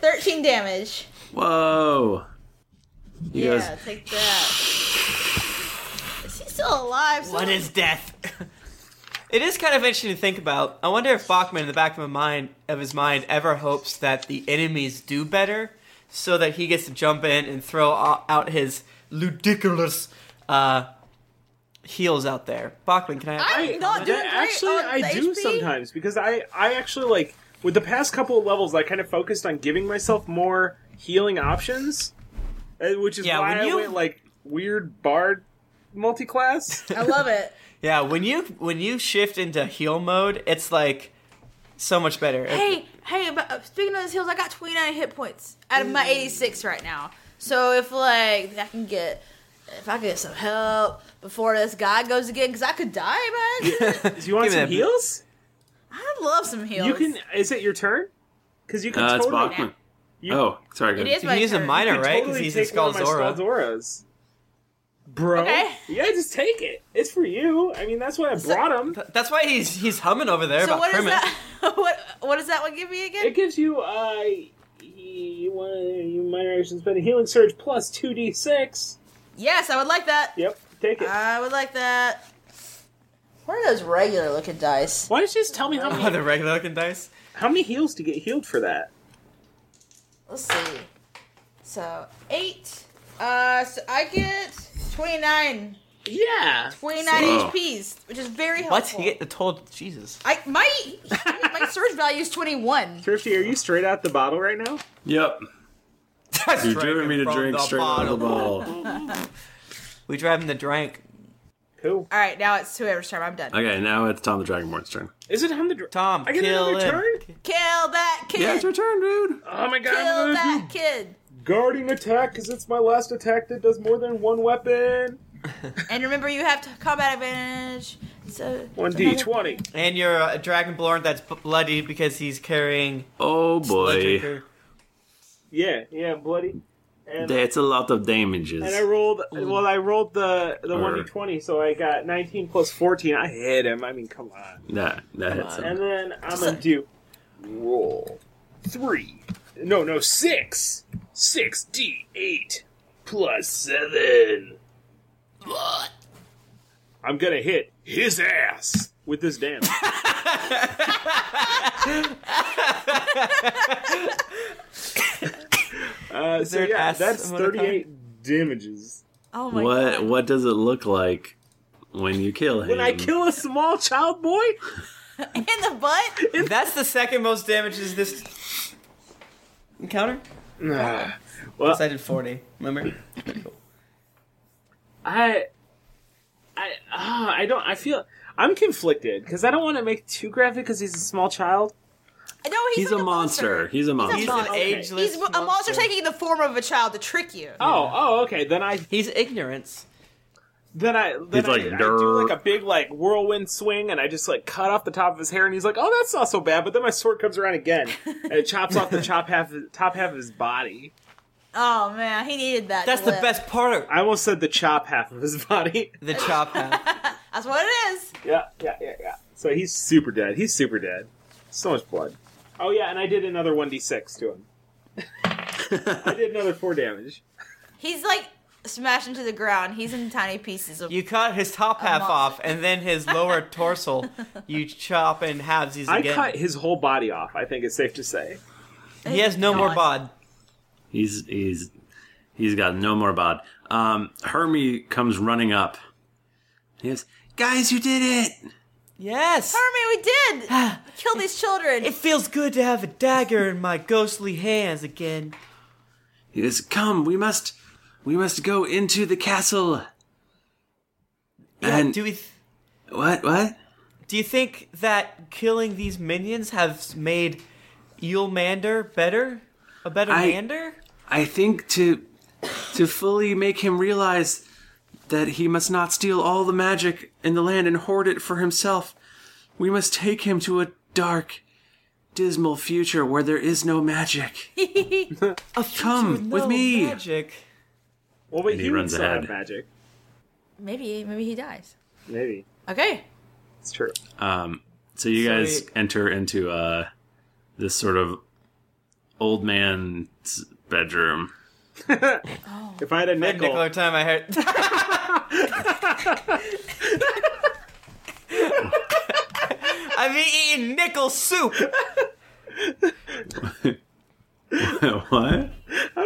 13 damage. Whoa. He goes, Yeah, take that. Is he still alive? What is death? it is kind of interesting to think about. I wonder if Bachman, in the back of, my mind, of his mind, ever hopes that the enemies do better, so that he gets to jump in and throw o- out his ludicrous uh, heels out there. Bachman, can I? I, that actually I do sometimes because I I actually like with the past couple of levels I kind of focused on giving myself more healing options, uh, which is Yeah, why when I you- went like weird bard multi-class. I love it. Yeah, when you when you shift into heal mode, it's like so much better. Hey, hey, but uh, speaking of those heals, I got 29 hit points out of my 86 right now. So if, like, I can get, if I get some help before this guy goes again, because I could die by it. Do you want Give me some that. heals? I'd love some heals. You can. Is it your turn? Because you can. Uh, it's totally, Bachman. oh, sorry. It is my use a turn. minor, You could right? Because totally he's in take one of Skull's my aura. Skull's auras. Bro, Okay. yeah, just take it. It's for you. I mean, that's why I brought him. That's why he's he's humming over there So about what is Kermit. that? What what does that one give me again? It gives you uh, you want you minor action spend a healing surge plus two d six. Yes, I would like that. Yep, take it. I would like that. Where are those regular looking dice? Why don't you just tell me how Oh, the regular looking dice. How many heals to get healed for that? Let's see. So eight. Uh, so I get twenty nine. Yeah. Twenty nine Wow. HPs, which is very What? helpful. You get the told Jesus. I my my surge value is twenty one. Thrifty, are you straight out the bottle right now? Yep. You're daring me to from drink the straight out of the bottle. We drive him the drank. Cool. All right, now it's whoever's turn. I'm done. Okay, now it's Tom the Dragonborn's turn. Is it him the Tom? I get kill another him. turn? Kill that kid. Yeah, it's your turn, dude. Oh my god! I'm Kill gonna that do kid. guarding attack because it's my last attack that does more than one weapon. And remember, you have to combat advantage. So One d twenty. And you're a dragonborn that's b- bloody because he's carrying. Oh boy, Sludger. Yeah, yeah, bloody. And, that's a lot of and damages. I rolled. Well, I rolled the the Or- one d twenty, so I got nineteen plus fourteen. I hit him. I mean, come on. That that hits him. And then I'm gonna do roll three. No, no, six. Six D eight plus seven. I'm gonna hit his ass with this damage. uh, Is so there an yeah, ass that's emoticon? 38 damages. Oh my What god. what does it look like when you kill him? When I kill a small child boy, In the butt? That's the second most damages this encounter. Nah. Well, I did forty. Remember? I, I, ah, I don't. I feel I'm conflicted because I don't want to make it too graphic because he's a small child. No, he's, He's like a monster. He's a monster. He's an ageless. He's a monster, taking the form of a child to trick you. Oh, oh, okay. Then I, He's ignorance. then I, then He's I, like, I do "Durr." like a big like whirlwind swing, and I just like cut off the top of his hair, and he's like, "Oh, that's not so bad." But then my sword comes around again, and it chops off the chop half, top half of his body. Oh man, he needed that. That's to the live. best part. I almost said the chop half of his body. The chop half. That's what it is. Yeah, yeah, yeah, yeah. So he's super dead. He's super dead. So much blood. Oh yeah, and I did another one d six to him. I did another four damage. He's like smashed into the ground. He's in tiny pieces of. You cut his top half off, and then his lower torso, you chop in halvesies I again. cut his whole body off. I think it's safe to say. He has no more bod. He's he's he's got no more bod. Um, Hermie comes running up. He goes, "Guys, you did it! Yes. Army, we did We killed these children. It feels good to have a dagger in my ghostly hands again. He goes, "Come, we must we must go into the castle." Yeah, and do we? Th- what what? do you think that killing these minions have made Eelmander better? A better I- mander? I think to to fully make him realize that he must not steal all the magic in the land and hoard it for himself, we must take him to a dark, dismal future where there is no magic. A future Come with, with no me. Magic. Well, but And he, he runs runs still have ahead. magic. maybe, maybe he dies. Maybe Okay. it's true. Um, so you guys Sweet. enter into uh, this sort of old man's bedroom. If I had a Nickel. nickel, Nickler time I heard. I've been eating nickel soup. what?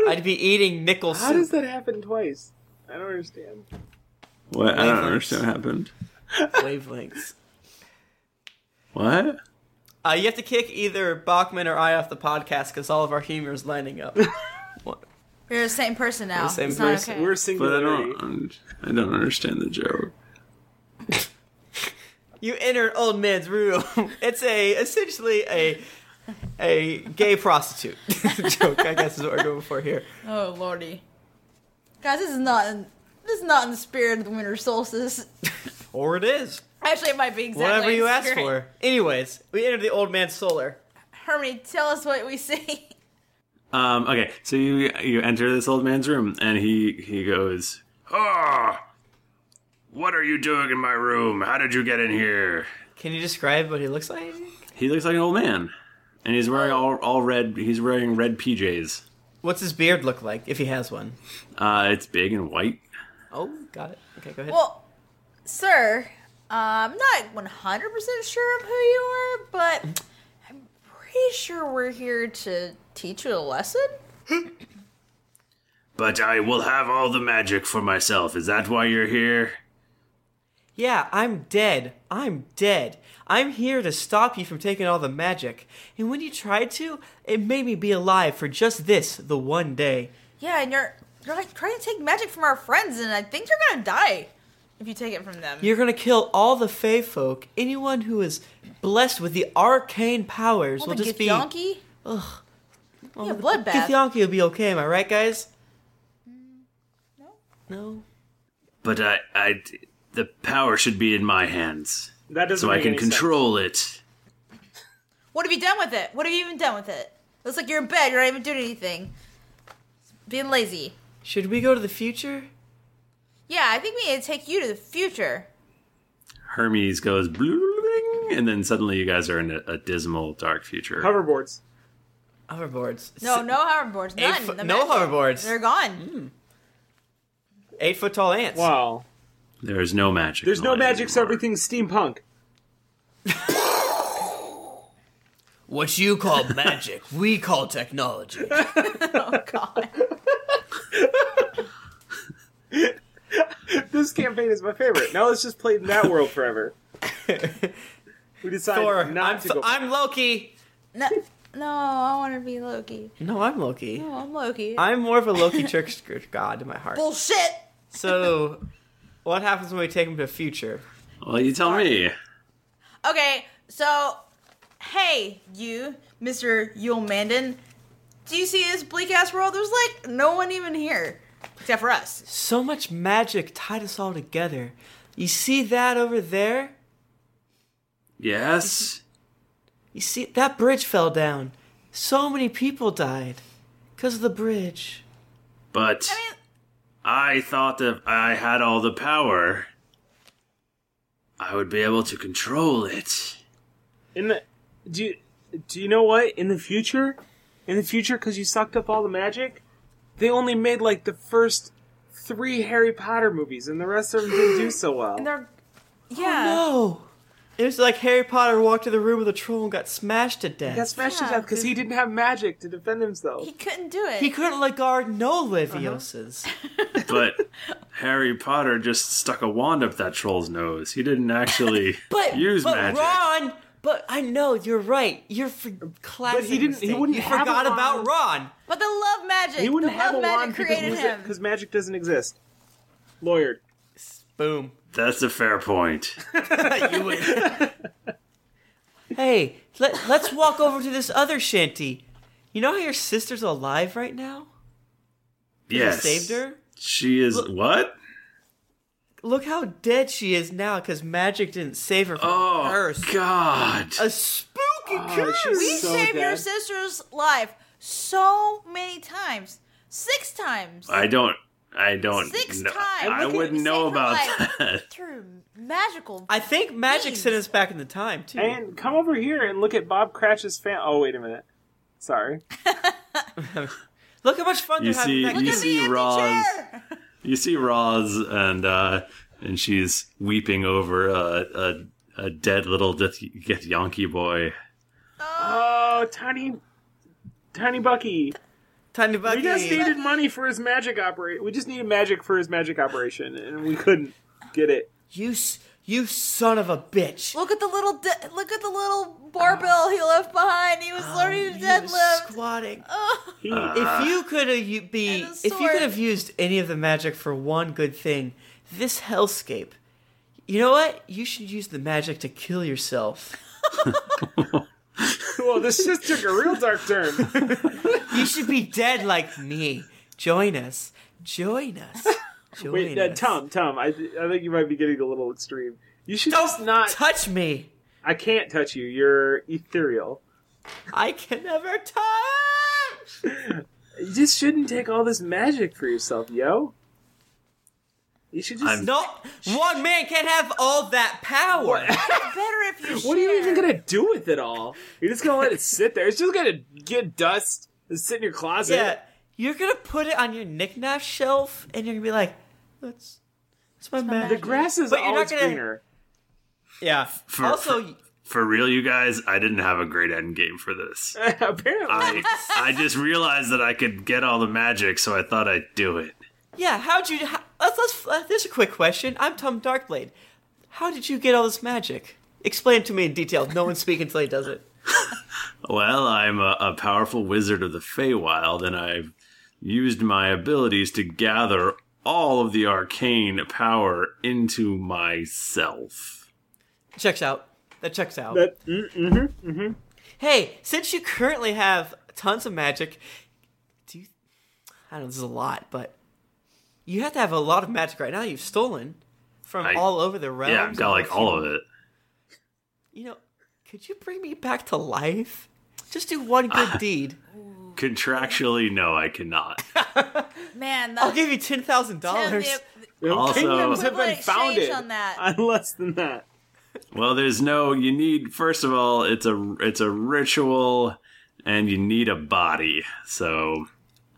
I'd be eating nickel how soup. does that happen twice? I don't understand. What? I Wavelengths. don't understand what happened. Wavelengths. What? Uh, you have to kick either Bachman or I off the podcast because all of our humor is lining up. We're the same person now. We're the same it's person. Not okay. We're But I don't. un- I don't understand the joke. you enter an old man's room. It's a essentially a a gay prostitute joke. I guess is what we're going for here. Oh lordy, guys, this is not in, this is not in the spirit of the winter solstice. Or it is Actually, it might be exactly whatever in you the ask spirit. for. Anyways, we enter the old man's solar. Hermie, tell us what we see. Um, okay, so you you enter this old man's room, and he he goes, "Ah, what are you doing in my room? How did you get in here?" Can you describe what he looks like? He looks like an old man, and he's wearing all all red. He's wearing red PJs. What's his beard look like if he has one? Uh, it's big and white. Oh, got it. Okay, go ahead. Well, sir, uh, I'm not 100 percent sure of who you are, but I'm pretty sure we're here to teach you a lesson. But I will have all the magic for myself. Is that why you're here? Yeah, I'm dead. I'm dead. I'm here to stop you from taking all the magic. And when you tried to, it made me be alive for just this, the one day. Yeah, and you're you're like trying to take magic from our friends, and I think you're gonna die if you take it from them. You're gonna kill all the Fey folk. Anyone who is blessed with the arcane powers Well, will the just be. Githyanki? Ugh. Um, Yeah, bloodbath. Mm, Githyanki will be okay, am I right, guys? No. But I I the power should be in my hands. That doesn't so I make can any control it. What have you done with it? What have you even done with it? Looks like you're in bed. You're not even doing anything. Being lazy. Should we go to the future? Yeah, I think we need to take you to the future. Hermes goes bling, and then suddenly you guys are in a, a dismal, dark future. Hoverboards. Hoverboards. No, no hoverboards. Eight None. foot- The no magic. hoverboards. Hmm. They're gone. Eight foot tall ants. Wow. There is no magic. There's in no life magic, so anymore. everything's steampunk. What you call magic, we call technology. This campaign is my favorite. Now let's just play in that world forever. We decided Thor, not I'm, to Th- go. I'm Loki. No, no, I want to be Loki. No, I'm Loki. No, I'm Loki. I'm more of a Loki trickster god in my heart. Bullshit. So, what happens when we take him to the future? Well, you tell me. Okay, so hey, you, Mister Yule Mandan, do you see this bleak ass world? There's like no one even here except for us. So much magic tied us all together. You see that over there? Yes. You see that bridge fell down. So many people died because of the bridge. But I mean, I thought that if I had all the power, I would be able to control it. In the do you, do you know what? In the future, in the future, because you sucked up all the magic, they only made like the first three Harry Potter movies, and the rest of them didn't do so well. and they're Oh, yeah. No. It was like Harry Potter walked in the room with a troll and got smashed to death. He got smashed Yeah. to death because he didn't have magic to defend himself. He couldn't do it. He couldn't let guard no Leviosas. Uh-huh. But Harry Potter just stuck a wand up that troll's nose. He didn't actually But use but magic. Ron, but I know you're right. You're for classic. didn't- he mistake. wouldn't You have a forgot wand. about Ron. but the love magic. He wouldn't the have a love wand magic created because him. because magic doesn't exist. Lawyered. Boom. That's a fair point. Hey, let let's walk over to this other shanty. You know how your sister's alive right now? Yes. Saved her. She is what? Look how dead she is now because magic didn't save her from Oh a curse. God. Oh, A spooky curse. she's We so saved your dead. sister's life so many times. Six times. I don't. I don't. Six know. times. I Look at- wouldn't save know her about life. that. Through magical. I think magic means. sent us back in the time too. And come over here and look at Bob Cratch's fan. Oh wait a minute. Sorry. Look how much fun you they're having. see, back you there. see Roz, you see Roz, and uh, and she's weeping over a a, a dead little dis- get Yankee boy. Oh, tiny, tiny Bucky. Tiny We just needed money for his magic operate. We just needed magic for his magic operation, and we couldn't get it. You, s- you son of a bitch! Look at the little de- look at the little barbell he left behind. Oh, He was learning to deadlift. Squatting. Oh. Uh-huh. if you could have be, if you sword. could have used any of the magic for one good thing, this hellscape. You know what? You should use the magic to kill yourself. well, this just took a real dark turn. you should be dead like me. Join us. Join us. Join Wait, uh, us. Tom, Tom, I, th- I think you might be getting a little extreme. You should just not touch me. I can't touch you. You're ethereal. I can never touch. You just shouldn't take all this magic for yourself, yo. You should just No, one man can't have all that power. Better if you. What are you even gonna do with it all? You're just gonna let it sit there. It's just gonna get dust and sit in your closet. Yeah, you're gonna put it on your knickknack shelf, and you're gonna be like, "That's that's my magic." The grass is But you're not always gonna- greener. Yeah. For, also, for, for real, you guys, I didn't have a great end game for this. Apparently, I I just realized that I could get all the magic, so I thought I'd do it. yeah. How'd you? How, let's let's. Uh, this is a quick question. I'm Tom Darkblade. How did you get all this magic? Explain it to me in detail. No one speak until he does it. Well, I'm a, a powerful wizard of the Feywild, and I've used my abilities to gather all of the arcane power into myself. Checks out. That checks out. That, mm, mm-hmm, mm-hmm. Hey, since you currently have tons of magic, do you? I don't know. This is a lot, but you have to have a lot of magic right now. You've stolen from I- all over the realm. yeah, I've got like all of it. You know, could you bring me back to life? Just do one good deed. Contractually, no, I cannot. Man, the I'll give you ten thousand dollars. Also- Kingdoms have Equivalent been exchange founded on that. less than that. Well, there's no. You need first of all, it's a it's a ritual, and you need a body. So,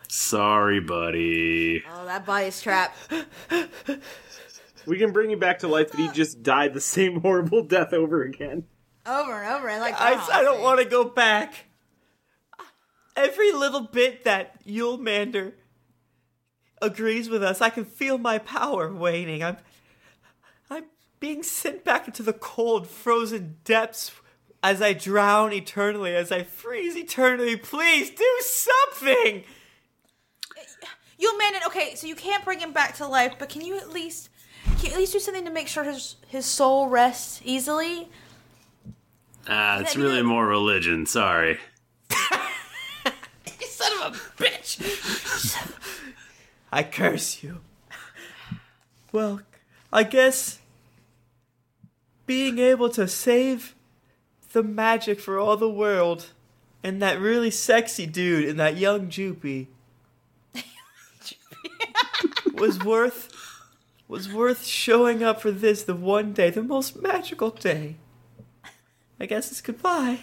sorry, buddy. oh, that body's trap. We can bring you back to life, but he just died the same horrible death over again. Over and over. I like I, that. I don't want to go back. Every little bit that Yulemander agrees with us, I can feel my power waning. I'm, I'm being sent back into the cold, frozen depths as I drown eternally, as I freeze eternally. Please do something. You Manon, okay, so you can't bring him back to life, but can you at least can you at least do something to make sure his his soul rests easily? Ah, it's really more religion. Sorry. You son of a bitch! I curse you. Well, I guess being able to save the magic for all the world and that really sexy dude and that young Jupy was worth was worth showing up for this the one day, the most magical day. I guess it's goodbye.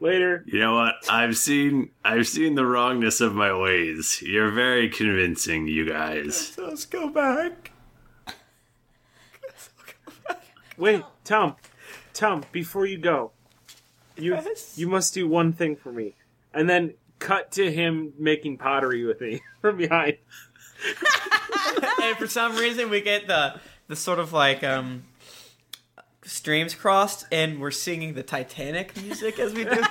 Later, You know what? I've seen I've seen the wrongness of my ways. You're very convincing, you guys. Let's go back. Wait, Tom, Tom, before you go, you Yes? you must do one thing for me, and then cut to him making pottery with me from behind. and for some reason we get the the sort of like um streams crossed and we're singing the titanic music as we do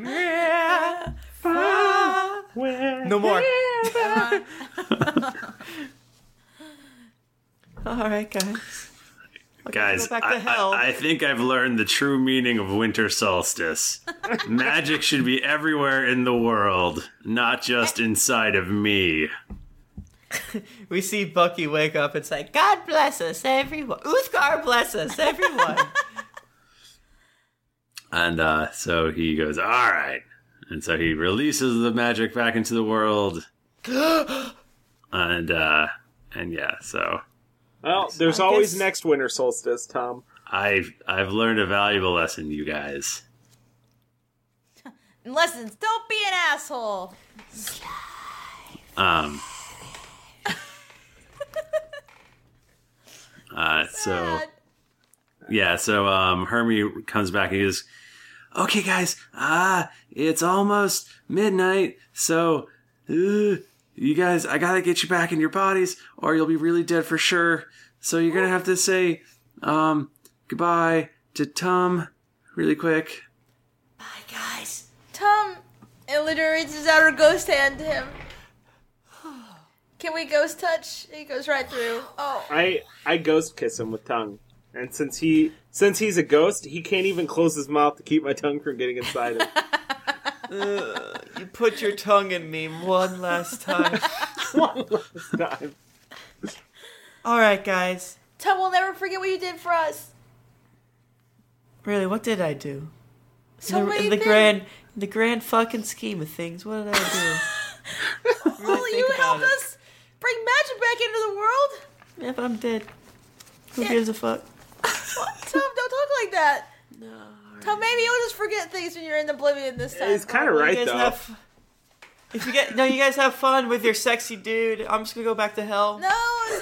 yeah, fa- no more all right guys guys, go back to I, hell. I, I think I've learned the true meaning of winter solstice. Magic should be everywhere in the world, not just inside of me. we see bucky wake up it's like god bless us everyone uthgar bless us everyone And uh, so he goes, "All right." And so he releases the magic back into the world. and uh, and yeah, so Well, there's I always guess- next winter solstice, Tom. I've I've learned a valuable lesson, you guys. Lessons. Don't be an asshole. Um. uh, so, yeah. So, um, Hermie comes back and he goes, "Okay, guys. Ah, it's almost midnight. So, uh, you guys, I gotta get you back in your bodies, or you'll be really dead for sure. So you're gonna have to say, um, goodbye to Tom, really quick. Guys, Tom illiterates out her ghost hand to him. Can we ghost touch? He goes right through. Oh. I I ghost kiss him with tongue, and since he since he's a ghost, he can't even close his mouth to keep my tongue from getting inside him. you put your tongue in me one last time. one last time. All right, guys. Tom will never forget what you did for us. Really, what did I do? So in the, many in the things. grand, in the grand fucking scheme of things, what did I do? Well, you helped it. us bring magic back into the world. yeah, but I'm dead. Who Yeah. gives a fuck? Tom, don't talk like that. No. Tom, maybe you'll just forget things when you're in oblivion this time. He's if you get no, you guys have fun with your sexy dude. I'm just gonna go back to hell. No,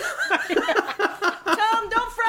Tom, don't fret.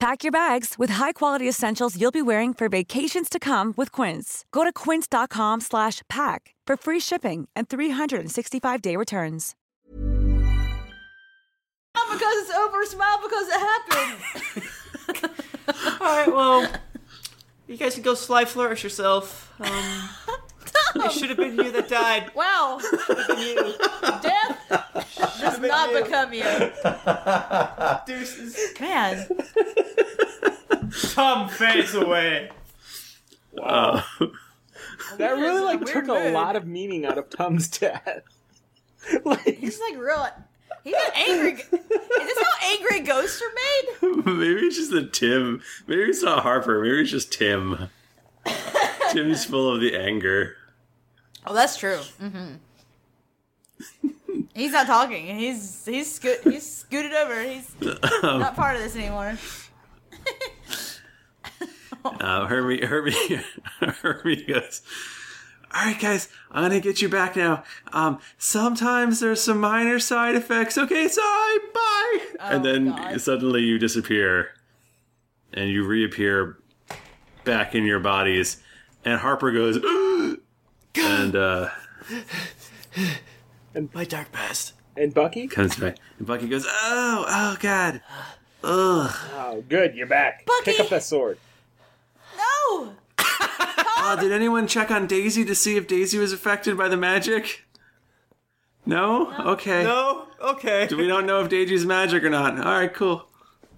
Pack your bags with high-quality essentials you'll be wearing for vacations to come with Quince. Go to quince.com slash pack for free shipping and 365-day returns. Smile because it's over. Smile because it happened. All right, well, you guys can go sly flourish yourself. Um, it should have been you that died. Wow. Death does not become you. Deuces. Man. Tom fades away. Wow. That really like Weird took a mood. lot of meaning out of Tom's death. He's like real. He's an angry. Is this how angry ghosts are made? Maybe it's just the Tim. Maybe it's not Harper. Maybe it's just Tim. Tim's full of the anger. Oh, that's true. hmm Mm-hmm. He's not talking. He's he's scoot, he's scooted over. He's not part of this anymore. Uh, Hermie, Hermie, Hermie goes. All right, guys, I'm gonna get you back now. Um, sometimes there's some minor side effects. Okay, sorry, bye. and then suddenly you disappear, and you reappear back in your bodies. And Harper goes, and uh, And my dark past. And Bucky comes back. And Bucky goes, oh, oh, God, ugh. Oh, good, you're back. Pick up that sword. No. Uh, did anyone check on Daisy to see if Daisy was affected by the magic? No? Okay. No? Okay. Do we don't know if Daisy's magic or not? All right, cool.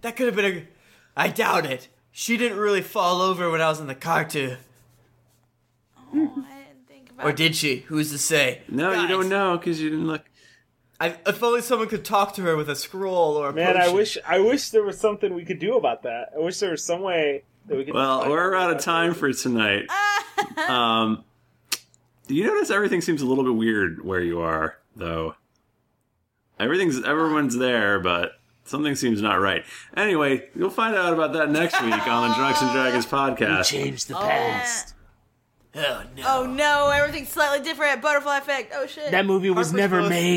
That could have been a. I doubt it. She didn't really fall over when I was in the car too. Or did she? Who's to say? No, you don't know because you didn't look. I, if only someone could talk to her with a scroll or a Man, I Oh, potion. wish I wish there was something we could do about that. I wish there was some way that we could. Well, we're out of time for tonight. Um, do you notice everything seems a little bit weird where you are, though? Everything's everyone's there, but something seems not right. Anyway, you'll find out about that next week on the Drunks and Dragons podcast. We changed the past. Oh no. Oh no. Everything's slightly different. Butterfly effect. Oh shit. Harper Close.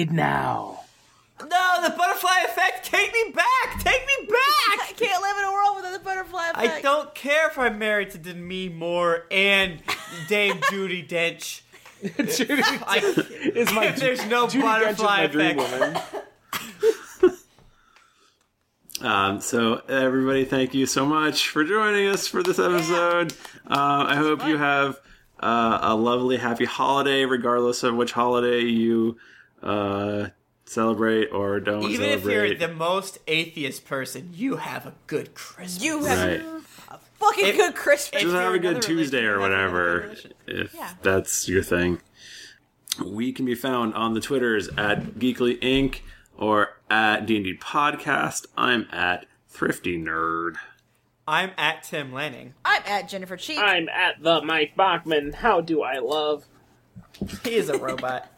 now. No, the butterfly effect. Take me back. Take me back. I can't live in a world without the butterfly effect. I don't care if I'm married to Demi Moore and Dame Judy Dench. Judy Dench is my- There's no Judi Dench is butterfly my dream effect. Um, so, everybody, thank you so much for joining us for this episode. Uh, I hope you have uh, a lovely, happy holiday, regardless of which holiday you uh, celebrate or don't Even if celebrate. you're the most atheist person, you have a good Christmas. You have Right. fucking good Christmas. Just have a good Tuesday or whatever, if that's your thing. We can be found on the Twitters at Geekly Inc. or at D&D Podcast. I'm at Thrifty Nerd. I'm at Tim Lanning. I'm at Jennifer Cheek. I'm at the Mike Bachman. How do I love? He is a robot.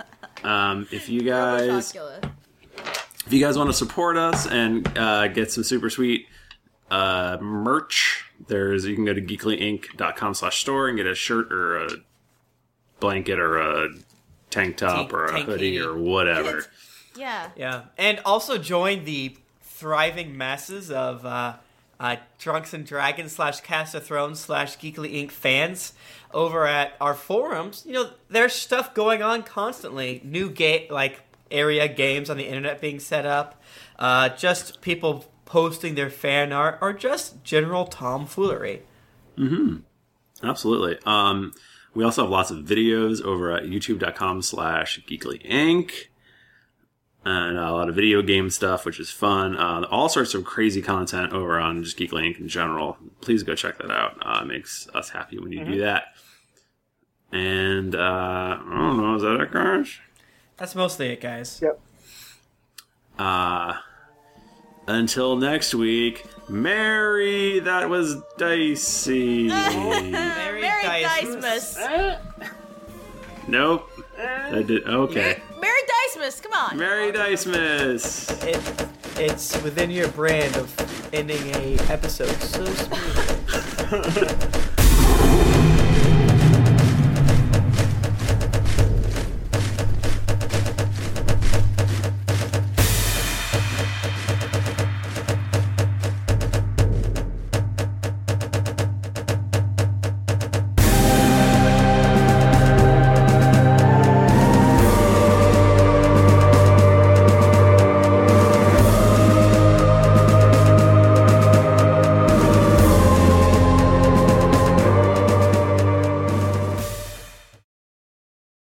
Um, if you guys if you guys want to support us and uh, get some super sweet uh, merch, there's you can go to geeklyinc.com slash store and get a shirt or a blanket or a tank top or a tanky. hoodie or whatever. Yeah. Yeah. And also join the thriving masses of uh, uh, Drunks and Dragons slash Cast of Thrones slash Geekly Inc. fans over at our forums. You know, there's stuff going on constantly. New game, like area games on the internet being set up. Uh, just people posting their fan art or just general tomfoolery. Mm-hmm. Absolutely. Um, we also have lots of videos over at youtube.com slash geeklyinc. And uh, a lot of video game stuff, which is fun. Uh, all sorts of crazy content over on just Geekly Inc. in general. Please go check that out. Uh, it makes us happy when you do Mhm. that. And uh, I don't know, is that it, Karsh? That's mostly it, guys. Yep. Uh, until next week, Mary, that was dicey. Merry Dicemus. Nope. I did okay. Merry Dicemus, come on. Merry Dicemus. It, it's within your brand of ending a episode so smoothly.